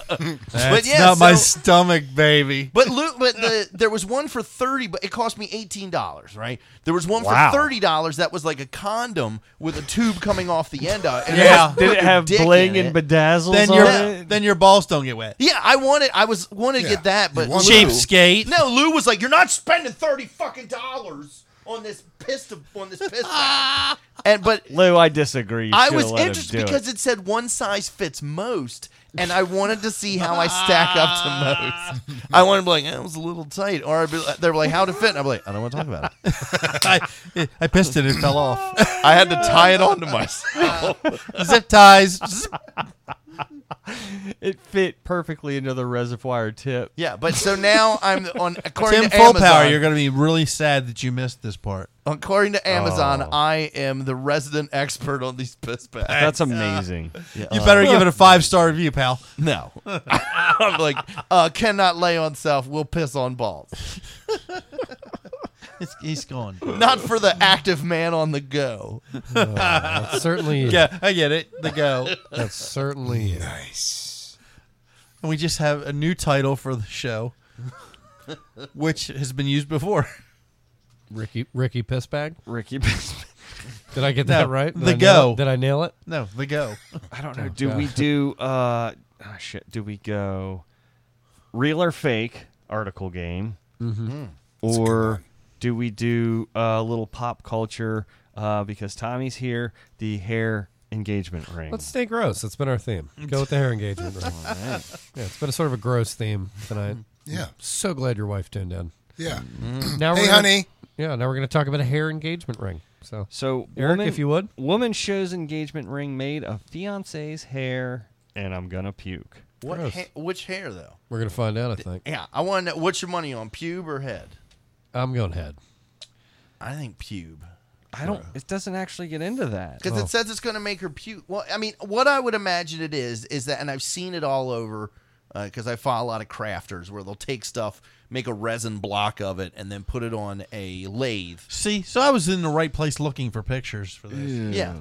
S9: That's
S4: yeah,
S9: not my
S4: so-
S9: stomach, baby.
S4: But Luke, but the, there was one for thirty, but it cost me eighteen dollars, right? There was one
S7: Wow.
S4: for thirty dollars that was like a condom with a tube coming off the end of it. and
S9: Yeah.
S4: had-
S7: Did
S4: put
S7: it
S4: your
S7: have
S4: dick
S7: bling
S4: in
S7: and
S4: it.
S7: bedazzles
S9: Then
S7: on
S9: your
S7: it?
S9: then your balls don't get wet.
S4: Yeah, I wanted. I was wanted to get that, but
S11: want
S4: Lou-
S9: Cheapskate.
S4: No, Lou was like, "You're not spending thirty fucking dollars on this piss on this piss." bag." and but
S7: Lou, I disagree. You
S4: I
S7: should've
S4: was
S7: let him
S4: interested
S7: do
S4: because it. said one size fits most, and I wanted to see how I stack up to most. I wanted to be like, eh, it was a little tight, or I'd be, they were like, how'd it fit? And I'm like, I don't want to talk about it.
S9: I, I pissed it and it fell off.
S4: I had to tie it onto myself.
S9: Zip ties. Zip.
S7: it. it fit perfectly into the reservoir tip.
S4: yeah, but so now I'm on according
S9: Tim
S4: to
S9: Full
S4: Amazon.
S9: Power, you're going to be really sad that you missed this part.
S4: according to Amazon,
S7: Oh.
S4: I am the resident expert on these piss bags.
S7: That's amazing.
S9: You better give it a five star review, pal.
S4: Uh, No. I'm like, uh, cannot lay on self, will piss on balls.
S9: It's, he's gone.
S4: Not for the active man on the go.
S8: That's certainly.
S9: Yeah, I get it. The go.
S8: That's certainly.
S11: Nice.
S9: And we just have a new title for the show, which has been used before.
S8: Ricky Ricky piss bag.
S7: Ricky,
S8: Did I get that
S9: No,
S8: right? Did
S9: the
S8: I nail
S9: go.
S8: it? Did I nail it?
S9: No, the go.
S7: I don't
S8: Oh,
S7: know. Do
S8: God.
S7: we do? uh oh, Shit. Do we go real or fake article game,
S4: Mm-hmm.
S7: or do we do a little pop culture? Uh, because Tommy's here, the hair engagement ring.
S8: Let's stay gross. That's been our theme. Go with the hair engagement. ring. yeah, it's been a sort of a gross theme tonight.
S11: Yeah.
S8: So glad your wife tuned in.
S11: Yeah.
S8: Now,
S11: Hey,
S8: we're gonna-
S11: honey.
S8: Yeah, now we're going to talk about a hair engagement ring. So,
S7: So,
S8: Eric,
S7: woman,
S8: if you would.
S7: woman shows engagement ring made of fiance's hair, and I'm gonna puke.
S4: What
S8: Gross.
S4: ha- which hair though?
S8: We're going to find out. I think
S4: Yeah, I want to know what's your money on pube or head?
S8: I'm going head.
S4: I think pube.
S7: I don't. It doesn't actually get into that.
S4: Because
S9: Oh.
S4: it says it's going to make her puke. Well, I mean, what I would imagine it is is that, and I've seen it all over because I follow a lot of crafters where they'll take stuff, make a resin block of it, and then put it on a lathe.
S9: See, so I was in the right place looking for pictures for this.
S4: Yeah.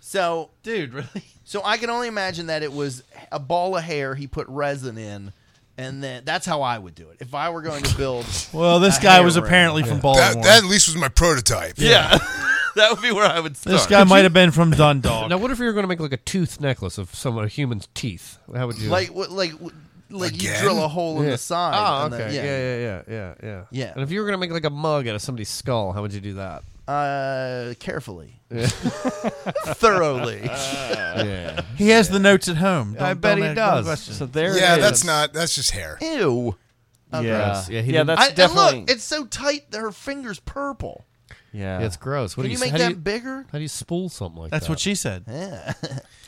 S4: So
S9: Dude, really?
S4: So I can only imagine that it was a ball of hair he put resin in, and
S9: and then that's how I would do it if I were going to build.
S4: Well, this
S9: a
S4: guy was
S9: harem.
S4: apparently from Baltimore.
S11: That, that at least was my prototype.
S9: Yeah. that would be where I would start.
S4: This guy might have been from Dundalk.
S8: Now, what if you were going to make like a tooth necklace of some a human's teeth? How would you
S9: like what- like what- like you drill a hole in
S8: Yeah.
S9: the side.
S8: Oh,
S9: and then-
S8: okay. yeah. yeah, yeah, yeah, yeah,
S9: Yeah.
S8: And if you were going to make like a mug out of somebody's skull, how would you do that?
S9: Uh, carefully,
S8: Yeah. Uh,
S9: thoroughly.
S8: Yeah.
S4: He has the notes at home.
S9: I bet he does.
S4: So there
S11: yeah,
S4: it is.
S11: that's not. That's just hair.
S9: Ew. Okay.
S4: Yeah. Yeah, he
S9: I-
S4: didn't- that's
S9: And
S4: definitely-
S9: look, it's so tight that her finger's purple.
S8: Yeah. it's gross. What
S9: Can
S8: do
S9: you
S8: you
S9: make
S8: how do
S9: that bigger?
S8: How do you spool something like
S4: That's
S8: that?
S4: what she said.
S9: Yeah.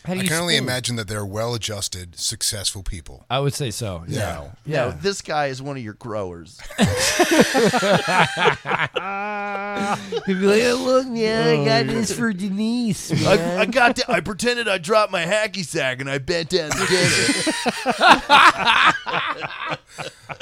S8: How do
S11: I
S8: you
S11: can only
S8: spool?
S11: imagine that they're well-adjusted, successful people.
S8: I would say so. Yeah.
S11: Yeah.
S9: No, this guy is one of your growers.
S8: He'd be like, "Oh, look, man, I got this for Denise.
S9: Oh, I, I got. da- I pretended I dropped my hacky sack and I bent down to get it.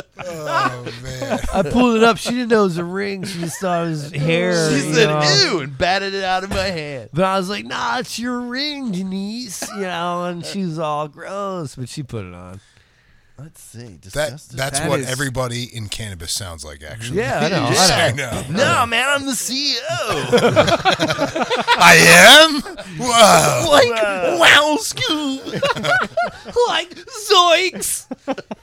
S11: oh man.
S8: I pulled it up. She didn't know it was a ring. She just thought it was hair.
S9: She
S8: you
S9: said
S8: know.
S9: ew and batted it out of my hand.
S8: But I was like, nah, it's your ring, Denise. You know, and she was all gross, but she put it on.
S9: Let's see.
S11: That,
S9: Disgusting.
S11: that's
S8: That
S11: what
S8: is-
S11: everybody in cannabis sounds like, actually.
S8: Yeah, I know,
S11: Just
S8: I
S11: so
S8: know.
S11: you
S9: No, man, I'm the CEO.
S11: I am? Whoa.
S9: Like, wow, Scoob.
S6: like Zoinks.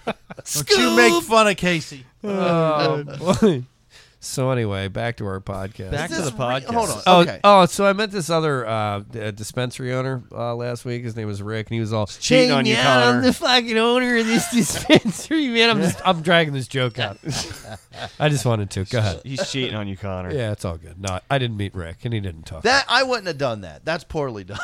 S4: Don't you make fun of Casey.
S8: Oh, boy. So anyway, back to our podcast.
S4: Back Is to this the re- podcast. hold on,
S8: Oh,
S4: okay.
S8: oh, so I met this other uh, d- uh, dispensary owner uh, last week. His name was Rick, and he was all
S7: cheating on you,
S8: "Hey, man, I'm
S7: Connor."
S8: the fucking owner of this dispensary, man. I'm just I'm dragging this joke out. I just wanted to. Go ahead.
S7: He's cheating on you, Connor.
S8: Yeah, it's all good. No, I didn't meet Rick, and he didn't talk.
S9: That I wouldn't have done that. That's poorly done.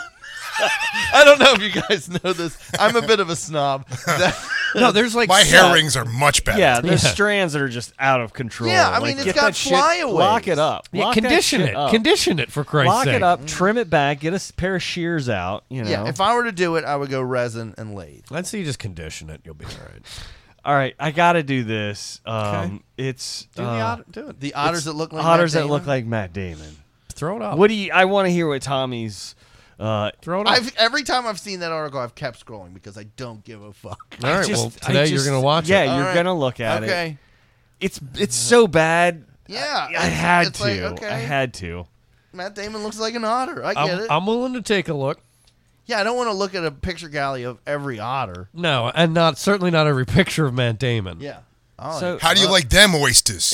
S9: I don't know if you guys know this. I'm a bit of a snob. That-
S8: No, there's like
S11: My hair rings are much better.
S7: Yeah, there's strands that are just out of control.
S9: Yeah, I mean,
S7: like,
S9: it's
S7: get
S9: got
S7: that shit-
S9: flyaways.
S7: Lock it up.
S8: Yeah,
S7: Lock
S8: condition
S7: that shit
S8: it.
S7: up.
S8: Condition it, for Christ's
S7: Lock
S8: sake.
S7: it up. Trim it back. Get a s- pair of shears out. You know.
S9: Yeah, if I were to do it, I would go resin and lathe.
S8: Let's see, you just condition it. You'll be all right.
S7: All right, I gotta do this. Um, It's
S9: Do the
S7: uh,
S9: otter- do it. The otters
S7: it's
S9: that look like Matt
S7: otters that look
S9: Damon? Oh.
S7: like Matt Damon.
S8: Throw it up.
S7: What do you? I want to hear what Tommy's. Uh,
S8: Throw
S9: I've, every time I've seen that article, I've kept scrolling because I don't give a fuck.
S8: All right, well, today you're gonna watch it.
S7: yeah,
S9: All
S7: you're
S9: right.
S7: gonna look at it.
S9: Okay.
S7: It's it's so bad.
S9: Yeah,
S7: I, I
S9: it's-
S7: had
S9: it's
S7: to.
S9: like, okay.
S7: I had to.
S9: Matt Damon looks like an otter. I get
S8: I'm,
S9: it.
S8: I'm willing to take a look.
S9: yeah, I don't want to look at a picture gallery of every otter.
S8: No, and not certainly not every picture of Matt Damon.
S9: Yeah. Oh,
S7: So-
S11: How do you
S9: uh,
S11: like them oysters?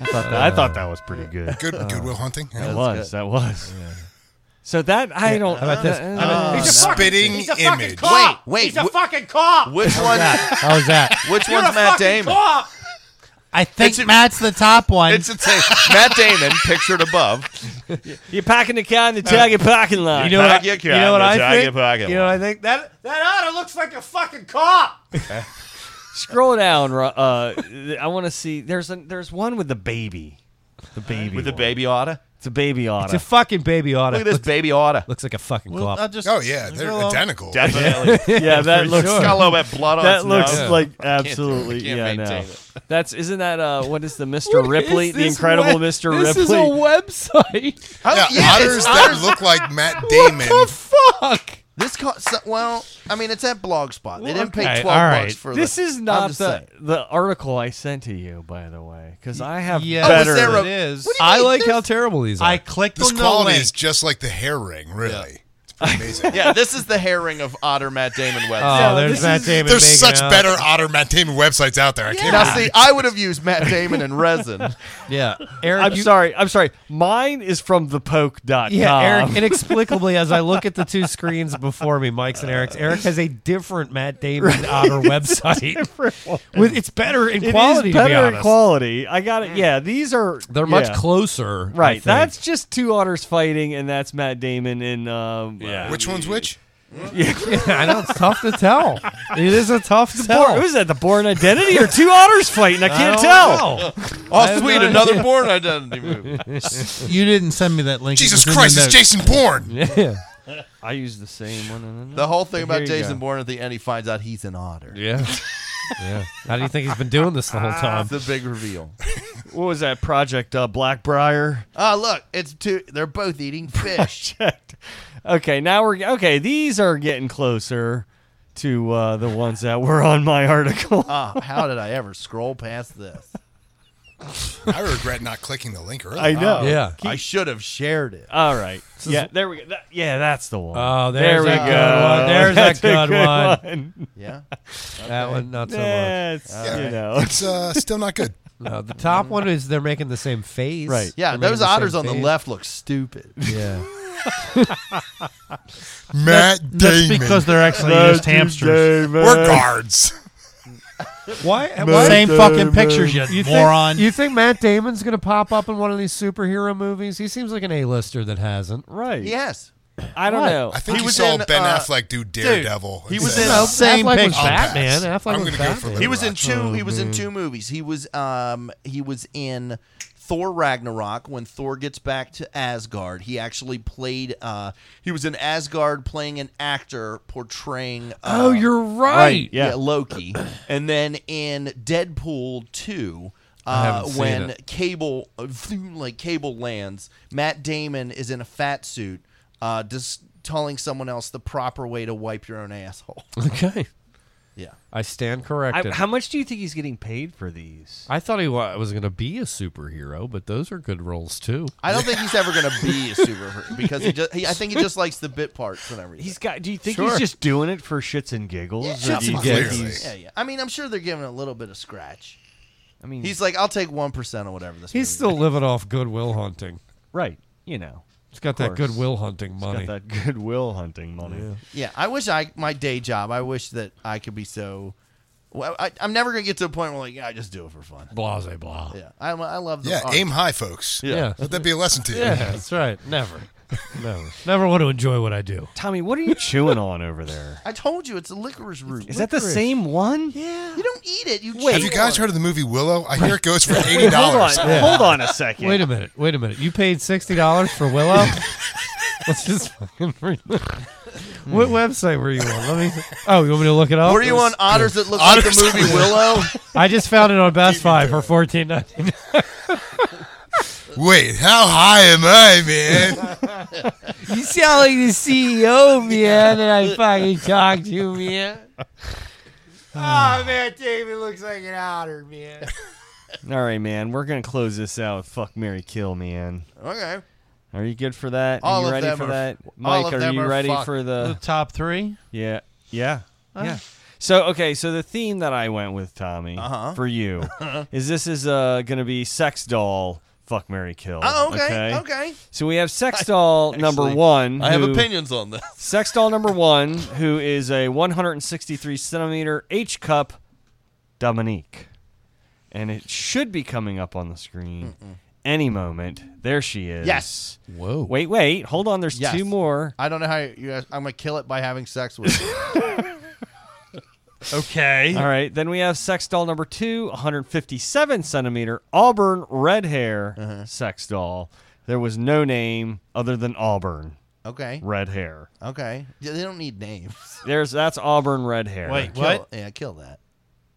S7: I thought that, I thought that was pretty good.
S11: Good Goodwill Hunting.
S7: That
S11: Yeah.
S7: was. That was. So that I don't. uh,
S8: How about this? How about-
S11: A spitting image.
S9: Wait, wait. wh-
S6: fucking cop.
S9: which one?
S8: How was that?
S9: Which
S6: You're
S9: one's
S6: a
S9: Matt
S6: fucking
S9: Damon?
S6: cop.
S4: I think Matt's the top one.
S9: It's the same. Matt Damon pictured above.
S7: You're packing the car in the target parking lot.
S8: You know what? I,
S9: Pack your
S8: you know what
S9: calendar,
S8: I
S9: tag
S8: think.
S9: your pocket
S8: You know what I think? That
S6: That otter looks like a fucking cop.
S7: Scroll down. Ro- Uh, I want to see. There's a, there's one with the baby. The baby.
S9: With the
S7: one.
S9: baby otter.
S7: It's a baby otter.
S8: it's a fucking baby auto.
S9: Look at this baby otter.
S8: Looks like a fucking
S4: Well,
S8: cop.
S4: I just-
S11: Oh, yeah, they're
S4: Well,
S11: identical.
S9: Definitely.
S7: yeah, that
S8: for
S7: looks.
S8: sure.
S9: It's got a little bit of Oh, blood on
S7: That
S9: its
S7: looks
S9: nose.
S7: like
S9: do it.
S7: absolutely.
S9: Can't
S7: yeah, no.
S9: maintain it.
S7: That's isn't that uh what is the Mr. Ripley, the
S8: This
S7: incredible
S8: we-
S7: Mr.
S8: This
S7: Ripley?
S8: is a website.
S9: Oh,
S11: Yeah,
S9: yeah, it's
S11: otters that look like Matt Damon.
S8: what the fuck?
S9: This cost so, well, I mean, it's at Blogspot. They didn't
S8: okay,
S9: pay twelve
S8: all
S9: bucks
S8: right.
S9: for
S7: this
S9: the-
S7: is
S9: I'm
S7: not
S9: just
S7: the
S9: saying.
S7: the article I sent to you, by the way, because I have
S4: Yeah. Oh, is
S7: better.
S9: there a-
S4: it is.
S9: What do you
S8: I
S9: mean
S8: like
S9: this-
S8: how terrible these are.
S4: I clicked
S11: This
S4: on
S11: quality
S4: the
S11: is
S4: link.
S11: just like the hair ring, really. It's pretty amazing.
S9: Yeah, this is the herring of Otter Matt Damon website.
S8: oh, there's
S7: this
S8: Matt
S7: is-
S8: Damon.
S11: There's
S8: making
S11: such
S8: out.
S11: better Otter Matt Damon websites out there. I can't
S9: Now,
S11: believe
S9: see, I would have used Matt Damon and resin.
S8: Yeah, Eric.
S7: I'm
S8: you-
S7: sorry. I'm sorry. Mine is from thepoke.com.
S8: Yeah, Eric. Inexplicably, as I look at the two screens before me, Mike's and Eric's, Eric has a different Matt Damon otter website. With it's better in
S7: It is
S8: quality. to be
S7: better in
S8: honest. Mm.
S7: quality. I got it. Yeah, these are
S8: They're much
S7: yeah.
S8: closer. I
S7: Right.
S8: think.
S7: That's just two otters fighting, and that's Matt Damon and um.
S8: Yeah.
S11: Which one's which?
S8: I know it's tough to tell. It is a tough
S7: Born,
S8: to tell.
S7: who's that? The Born Identity or two otters fighting? I can't tell.
S9: Oh, sweet,
S8: no
S9: another Born Identity movie.
S4: You didn't send me that link. It
S11: Jesus
S4: was in
S11: Christ,
S4: the
S11: it's
S4: notes.
S11: Jason Bourne.
S8: Yeah.
S7: I use the same one. and
S9: The whole thing
S7: Here
S9: about
S7: you
S9: Jason
S7: go.
S9: Bourne at the end, he finds out he's an otter.
S8: Yeah. Yeah. How do you think he's been doing this the whole time?
S9: That's the big reveal.
S7: What was that project? Uh, Blackbriar.
S9: Oh, look, it's two. They're both eating fish.
S7: okay, now we're okay. These are getting closer to uh, the ones that were on my article.
S9: Ah, how did I ever scroll past this?
S11: I regret not clicking the link earlier.
S7: I
S9: Oh.
S7: know. Uh, Yeah.
S9: I should have shared it.
S7: All right. Yeah, there we go. That- yeah, that's the one.
S8: Oh,
S7: there
S8: there's
S7: we
S8: that
S7: go.
S8: good one. There's
S7: That's
S8: that
S7: a
S8: good one.
S9: Yeah.
S8: That one, not so
S7: Yeah,
S8: much.
S7: it's, you know.
S11: It's uh, still not good.
S8: No, the top one is they're making the same face.
S7: Right.
S9: Yeah,
S8: They're
S9: those
S8: making
S9: otters
S8: same
S9: on the
S8: face.
S9: left look stupid.
S8: Yeah.
S11: Matt
S8: That's- that's
S11: Damon.
S8: because they're actually Matt just hamsters. Damon.
S11: We're guards.
S8: Why?
S11: Matt
S8: why-
S4: Same fucking Damon. pictures, you moron.
S8: Think, you think Matt Damon's going to pop up in one of these superhero movies? He seems like an A-lister that hasn't.
S7: Right.
S9: Yes.
S7: I don't
S8: What?
S7: know.
S11: I think you saw Ben Affleck do Daredevil.
S9: he
S11: and
S9: was
S11: said,
S9: in
S11: "I'll
S9: same
S11: pass.
S8: Oh,
S9: picture.
S11: I'll pass.
S8: Batman. Affleck
S11: I'm
S8: was
S11: gonna go for
S8: Batman.
S11: Little
S9: He was in
S11: Rock.
S9: two. he was in
S8: man.
S9: two movies. He was um he was in Thor Ragnarok when Thor gets back to Asgard. He actually played. Uh, he was in Asgard playing an actor portraying. Uh,
S8: Oh, you're right. Right,
S9: yeah.
S8: yeah.
S9: Loki. and then in Deadpool two.
S8: I
S9: Uh,
S8: haven't seen
S9: when
S8: it.
S9: cable, like cable lands, Matt Damon is in a fat suit, uh, just telling someone else the proper way to wipe your own asshole.
S8: Okay.
S9: Yeah.
S8: I stand
S7: I,
S8: corrected.
S7: how much do you think he's getting paid for these?
S8: I thought he wa- was going to be a superhero, but those are good roles too.
S9: I don't think he's ever going to be a superhero because he just. He, I think he just likes the bit parts and everything.
S7: He's got. Do you think
S9: Sure.
S7: he's just doing it for shits and giggles?
S9: Yeah,
S7: Or do you
S9: yeah,
S7: think
S9: yeah,
S7: he's-
S9: yeah, yeah. I mean, I'm sure they're giving it a little bit of scratch.
S7: I mean,
S9: he's like, I'll take one percent or whatever this.
S8: He's still living off Goodwill hunting.
S7: Right. You know.
S8: He's got that
S7: Of course.
S8: Goodwill hunting
S7: He's
S8: money.
S7: got that goodwill hunting money.
S9: Yeah, I wish I my day job. I wish that I could be so. Well, I, I'm never going to get to a point where like, yeah, I just do it for fun.
S8: Blase blah.
S9: Yeah, I, I love. The
S11: Yeah,
S9: art.
S11: aim high, folks.
S8: Yeah.
S11: Let that be a lesson to you.
S8: Yeah, that's right. Never. Never. Never want to enjoy what I do.
S7: Tommy, what are you chewing on over there?
S9: I told you it's a licorice root.
S7: Is that the same one?
S9: Yeah. You don't eat it. You
S11: Have you guys heard of the movie Willow? I hear it goes for eighty
S7: Wait, hold on.
S11: dollars.
S8: Yeah.
S7: Hold on a second.
S8: Wait a minute. Wait a minute. You paid sixty dollars for Willow. Let's just fucking. read-
S7: Hmm.
S8: what website were you on? Let me. Oh, you want me to look it up?
S9: Were you on otters that look like the
S8: Otters-
S9: movie Willow?
S8: I just found it on Best Buy for fourteen ninety nine.
S11: Wait, how high am I, man?
S8: You sound like the CEO, man, and I fucking talk to you, man.
S1: Oh, man, David looks like an otter, man.
S7: All right, man. We're gonna close this out. with Fuck, Mary, kill, man.
S9: Okay.
S7: Are you good for that?
S9: All
S7: are you
S9: of
S7: ready
S9: them
S7: for
S9: are-
S7: that?
S9: all
S7: Mike,
S9: of
S7: are
S9: them
S7: you
S9: are
S7: ready
S9: fuck.
S7: for
S4: The
S7: the
S4: top three.
S7: Yeah. Yeah.
S4: Uh.
S7: Yeah. So okay, so the theme that I went with Tommy
S4: Uh-huh.
S7: for you is this is uh, gonna be sex doll fuck Mary Kill.
S9: Oh, okay, okay.
S7: So we have sex doll number
S9: Actually,
S7: one.
S9: I have
S7: who-
S9: opinions on this.
S7: Sex doll number one, who is a 163 centimeter H cup Dominique, and it should be coming up on the screen any moment. There she is.
S9: Yes.
S8: Whoa.
S7: Wait, wait, hold on. There's
S9: Yes.
S7: two more.
S9: I don't know how you. Guys, I'm gonna kill it by having sex with. it.
S7: Okay. All right. Then we have sex doll number two, 157 centimeter Auburn red hair
S9: Uh-huh.
S7: sex doll. There was no name other than Auburn.
S9: Okay.
S7: Red hair.
S9: Okay. Yeah, they don't need names.
S7: There's that's Auburn red hair.
S9: Kill- Yeah, kill that.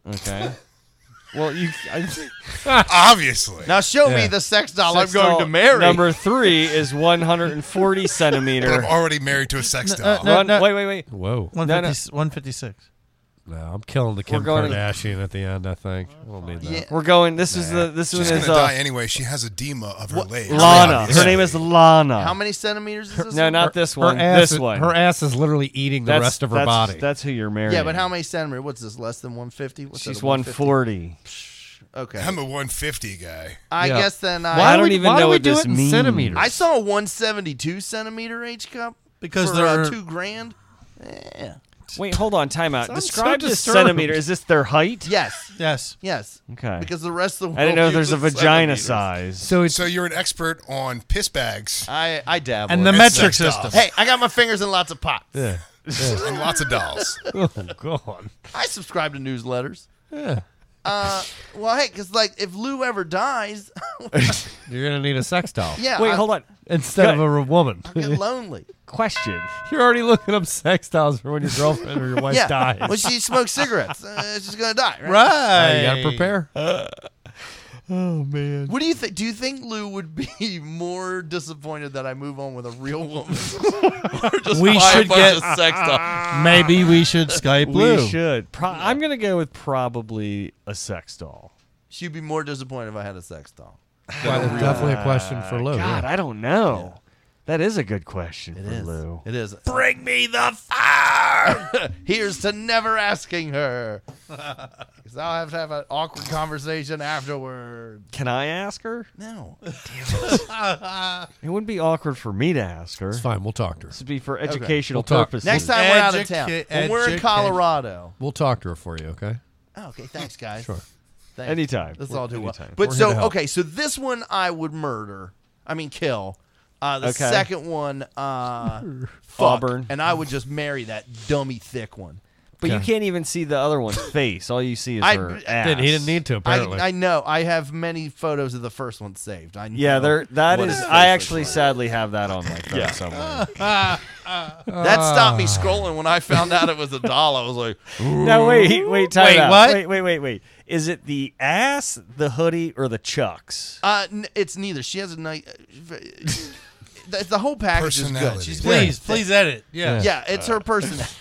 S7: Okay. well, you I,
S11: Obviously.
S9: Now show me
S7: Yeah.
S9: the sex doll
S7: Sex
S9: Oh, I'm going
S7: doll
S9: to marry.
S7: Number three is 140 centimeter.
S11: I'm already married to a sex doll.
S4: no,
S7: Run-
S4: no.
S7: Wait, wait, wait.
S8: Whoa.
S7: No, no.
S4: 150, 156.
S8: No, I'm killing the Kim
S7: We're going to-
S8: Kardashian at the end. I think I don't need that.
S7: We're going. This is the. This
S11: She's
S7: one
S11: gonna
S7: is
S11: die
S7: uh,
S11: anyway. She has edema of her legs.
S7: Lana.
S11: obviously.
S7: Her name is Lana.
S9: How many centimeters is this?
S7: no,
S9: one?
S7: not this one.
S8: Her ass,
S7: this one.
S8: Her ass is literally eating the
S7: That's-
S8: rest of her
S7: that's-
S8: body.
S7: That's who you're marrying.
S9: Yeah, but how many centimeters? What's this? Less than 150? What's
S7: She's
S9: that, 150?
S7: 140.
S9: Okay.
S11: I'm a 150 guy.
S9: I
S7: Yeah.
S9: guess then I.
S7: Why I don't would- even why know do we what do this it in means.
S8: centimeters?
S9: I saw a 172 centimeter H cup
S4: Because
S9: for,
S4: there
S9: uh,
S4: are-
S9: two grand. Yeah.
S7: Wait, hold on. Time out.
S9: Sounds so
S7: Describe this
S9: disturbed.
S7: centimeter. Is this their height?
S9: Yes.
S4: Yes.
S9: Yes.
S7: Okay.
S9: Because the rest of the world.
S7: I didn't know
S9: uses
S7: there's a vagina
S9: centimeters.
S7: size.
S8: So it's
S11: So you're an expert on piss bags
S9: I I dabble.
S4: And
S9: in
S4: the
S9: it.
S4: metric
S11: sex doll.
S4: system.
S9: Hey, I got my fingers in lots of pots.
S8: yeah.
S11: and lots of dolls.
S8: oh god.
S9: I subscribe to newsletters.
S8: Yeah.
S9: Uh, well, hey, because like if Lou ever dies,
S8: You're gonna need a sex doll.
S9: yeah.
S7: Wait,
S9: I-
S7: hold on.
S8: Instead of a woman.
S9: I get lonely.
S7: Question.
S8: You're already looking up sex dolls for when your girlfriend or your wife
S9: yeah.
S8: dies.
S9: Well, she smokes cigarettes. Uh, she's gonna die, right?
S8: Uh,
S4: Right.
S8: you gotta prepare.
S9: Oh man. What do you think? Do you think Lou would be more disappointed that I move on with a real woman? Or just
S4: We
S9: buy a
S4: should
S9: bunch
S4: get-
S9: of sex dolls?
S4: Maybe we should Skype
S7: We
S4: Lou.
S7: should. Pro- I'm gonna go with probably a sex doll.
S9: She'd be more disappointed if I had a sex doll.
S8: Well,
S9: Than a real
S8: definitely
S9: woman.
S8: a question for Lou.
S7: God, I don't know. That is a good question for Lou.
S9: It is. Bring me the fire. Here's to never asking her. Because I'll have to have an awkward conversation afterward.
S7: Can I ask her?
S9: No.
S7: It wouldn't be awkward for me to ask her. It's
S8: fine. We'll talk to her.
S7: This would be for
S9: Okay.
S7: educational
S8: We'll talk.
S7: purposes.
S9: Next time we're out of town. When we're in Colorado.
S8: We'll talk to her for you, okay?
S9: Oh, okay, thanks, guys.
S8: Sure.
S9: Thanks.
S8: Anytime.
S9: Let's
S8: We're-
S9: all do well.
S8: anytime.
S9: But
S8: We're here to
S9: so
S8: help.
S9: okay, so this one I would murder. I mean kill. Uh, the
S7: Okay.
S9: second one, uh, fuck.
S7: Auburn.
S9: and I would just marry that dummy thick one.
S7: But you
S9: Okay.
S7: can't even see the other one's face. All you see is
S9: I-
S7: her
S9: I-
S7: ass.
S9: Then he didn't
S8: need to,
S9: I, I know. I have many photos of the first one saved. I know
S7: yeah, there. That
S9: what
S7: is.
S9: his
S7: I
S9: face
S7: actually sadly have that on my phone
S9: Yeah.
S7: somewhere.
S9: That stopped me scrolling when I found out it was a doll. I was like,
S7: No, wait, wait, time
S9: Wait,
S7: out.
S9: what?
S7: Wait, wait, wait, wait. Is it the ass, the hoodie, or the chucks?
S9: Uh, n- it's neither. She has a nice. uh, The, the whole package is good.
S7: Personality.
S9: She's
S7: Please,
S9: very
S7: please
S9: thick.
S7: edit. Yeah.
S9: yeah, it's her personality.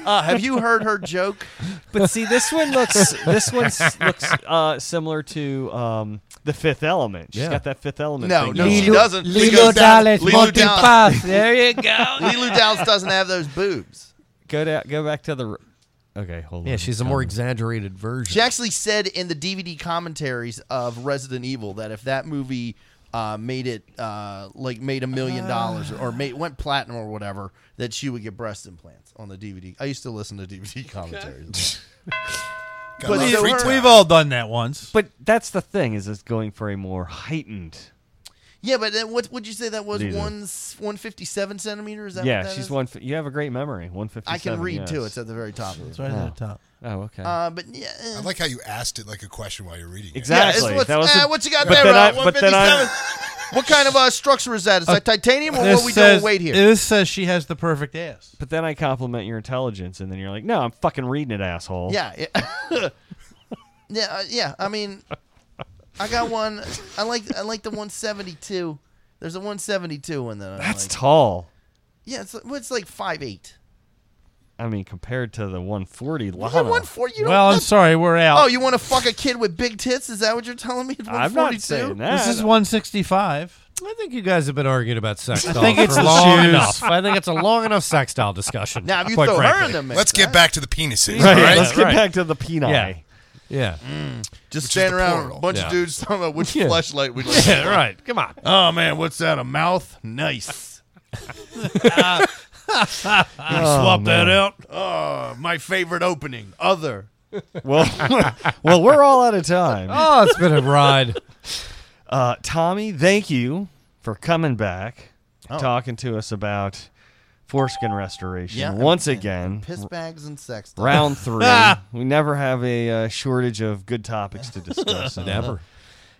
S9: uh, have you heard her joke?
S7: But see, this one looks this one s- looks uh, similar to um, the Fifth Element. She's
S9: Yeah.
S7: got that Fifth Element.
S9: No,
S7: thing
S9: no,
S7: going
S9: she
S7: on.
S9: doesn't. because that- Lilo Downs- Lilo
S7: Lilo
S9: Downs doesn't have those boobs.
S7: Go down. Go back to the. Okay, hold on.
S8: Yeah, she's a more
S7: Coming.
S8: exaggerated version.
S9: She actually said in the DVD commentaries of Resident Evil that if that movie uh, made it uh, like made a million dollars
S7: Ah.
S9: or made went platinum or whatever, that she would get breast implants on the DVD. I used to listen to DVD commentaries.
S4: Got a lot of free time. We've all done that once.
S7: But that's the thing is, it's going for a more heightened.
S9: Yeah, but then what would you say that was?
S7: Neither.
S9: One one fifty seven centimeters. Is that
S7: yeah,
S9: what that
S7: she's
S9: is?
S7: one. You have a great memory. One fifty.
S9: I can read too. It's at the very top. It's
S7: right at the top. Oh, okay.
S9: Uh, but yeah, eh.
S11: I like how you asked it like a question while you're reading it.
S7: Exactly.
S9: What's,
S7: That was
S9: eh,
S7: the-
S9: what you got
S7: but
S9: there,
S7: then
S9: Ron?
S7: I- but then I-
S9: 157? What kind of uh, structure is that? Is that titanium or what we doing weight here?
S4: This says she has the perfect ass.
S7: But then I compliment your intelligence, and then you're like, "No, I'm fucking reading it, asshole."
S9: Yeah. Yeah. yeah, uh, yeah. I mean, I got one. I like I like the 172. There's a 172 one that I
S7: that's
S9: like.
S7: tall.
S9: Yeah, it's well, it's like five eight.
S7: I mean, compared to the 140 Lana.
S9: Is it 140? You don't-
S4: Well, I'm
S9: that-
S4: sorry, we're
S8: uh,
S4: out.
S9: Oh, you want to fuck a kid with big tits? Is that what you're telling me? It's
S7: I'm not
S9: 142?
S7: saying
S4: This is 165.
S8: I think you guys have been arguing about sex
S4: I
S8: dolls
S4: think it's
S8: for
S4: the
S8: long
S4: shoes.
S8: enough. I think it's a long enough sex doll discussion.
S9: Now, if you
S8: Uh, quite
S9: throw her in
S8: frankly.
S9: the mix, uh,
S11: Let's get back to the penises.
S8: Right,
S11: all right?
S8: let's get Right. back
S7: to the peni.
S8: Yeah. Yeah.
S7: Mm.
S9: Just
S11: Which is
S9: stand
S11: the
S9: around
S11: plural.
S9: a bunch
S11: Yeah.
S9: of dudes talking about which
S11: Yeah.
S9: flashlight we
S11: Yeah, right.
S8: Come on.
S9: Oh man, what's that? A mouth? Nice.
S14: You swap that out?
S9: Oh, my favorite opening. Other.
S7: well, well, we're all out of time.
S8: Oh, it's been a ride.
S7: Uh, Tommy, thank you for coming back,
S9: Oh.
S7: talking to us about foreskin restoration
S9: Yeah,
S7: once again.
S9: piss bags and sex dolls.
S7: Round three. we never have a uh, shortage of good topics to discuss.
S8: Never.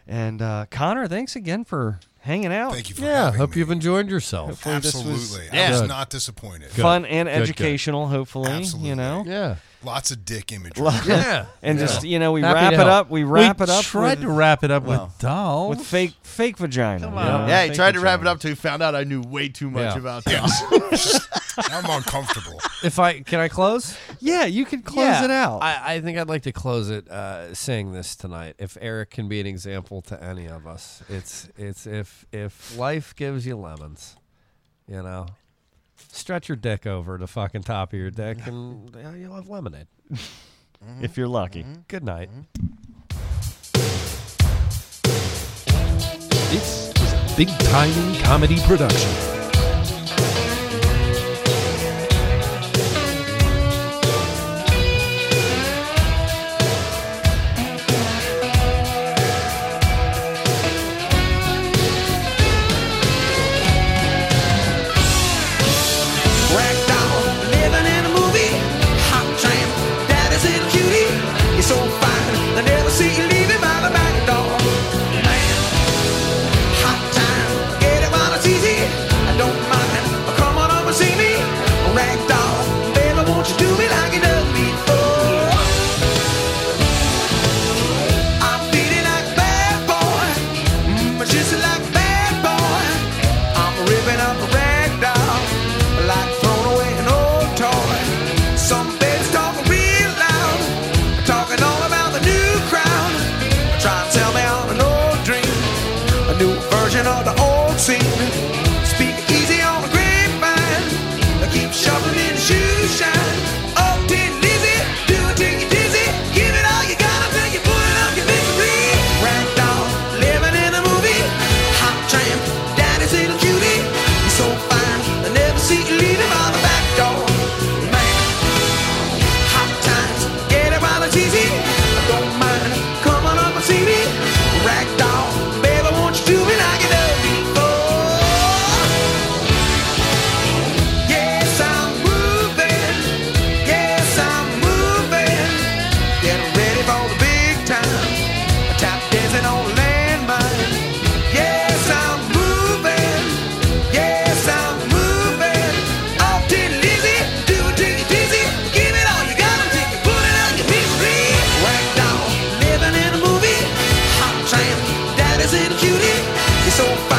S7: And uh, Connor, thanks again for hanging out. Thank
S11: you
S8: for Yeah, having hope me. you've enjoyed yourself. Absolutely. I was
S11: not disappointed. Good.
S7: Fun and
S11: Good, good.
S7: educational, hopefully. You know.
S8: Yeah.
S11: Lots of dick imagery.
S7: Yeah. And just you know, we wrap it up. We wrap it up.
S4: tried
S7: with-
S4: to wrap it up
S7: Well,
S4: with dolls.
S7: with fake fake vagina. Come
S9: Yeah, he tried to wrap it up till he found out I knew way too much
S8: Yeah.
S9: about
S8: Yeah.
S9: dolls.
S11: I'm uncomfortable.
S8: If I can I close?
S7: Yeah, you can close it out.
S8: I, I think I'd like to close it uh, saying this tonight. If Eric can be an example to any of us, it's it's if if life gives you lemons, you know, stretch your dick over the fucking top of your dick, and you know, you'll have lemonade.
S7: if you're lucky.
S8: Good night.
S16: This is a big timing comedy production.
S6: Rag doll, living in a movie. Hot tramp, daddy's a cutie. You're so fine, they never see you leaving by the back door. Man, hot time, get it while it's easy.
S11: Mm, version of the old scene. Speak easy on the grapevine. Keep shoveling in the shoe shine. Up till dizzy, do it till you dizzy. Give it all you got until you pulling up your misery. Ragdoll, living in a movie. Hot tramp, daddy's little cutie. You're so fine, I never see you leaving by the back door. Man, hot times, get it while it's easy. I don't mind, come on up and see me. Ragdoll, baby, won't you do me like you done before? Yes, I'm moving. Yes, I'm moving. Get ready for the big time. Tap dancing on landmine. Yes, I'm moving. Yes, I'm moving. Off to Lizzie, do it till you're dizzy. Give it all you got until you put it on your misery. Ragdoll, living in a movie. Hot tramp, daddy's in a cutie. You're so fine.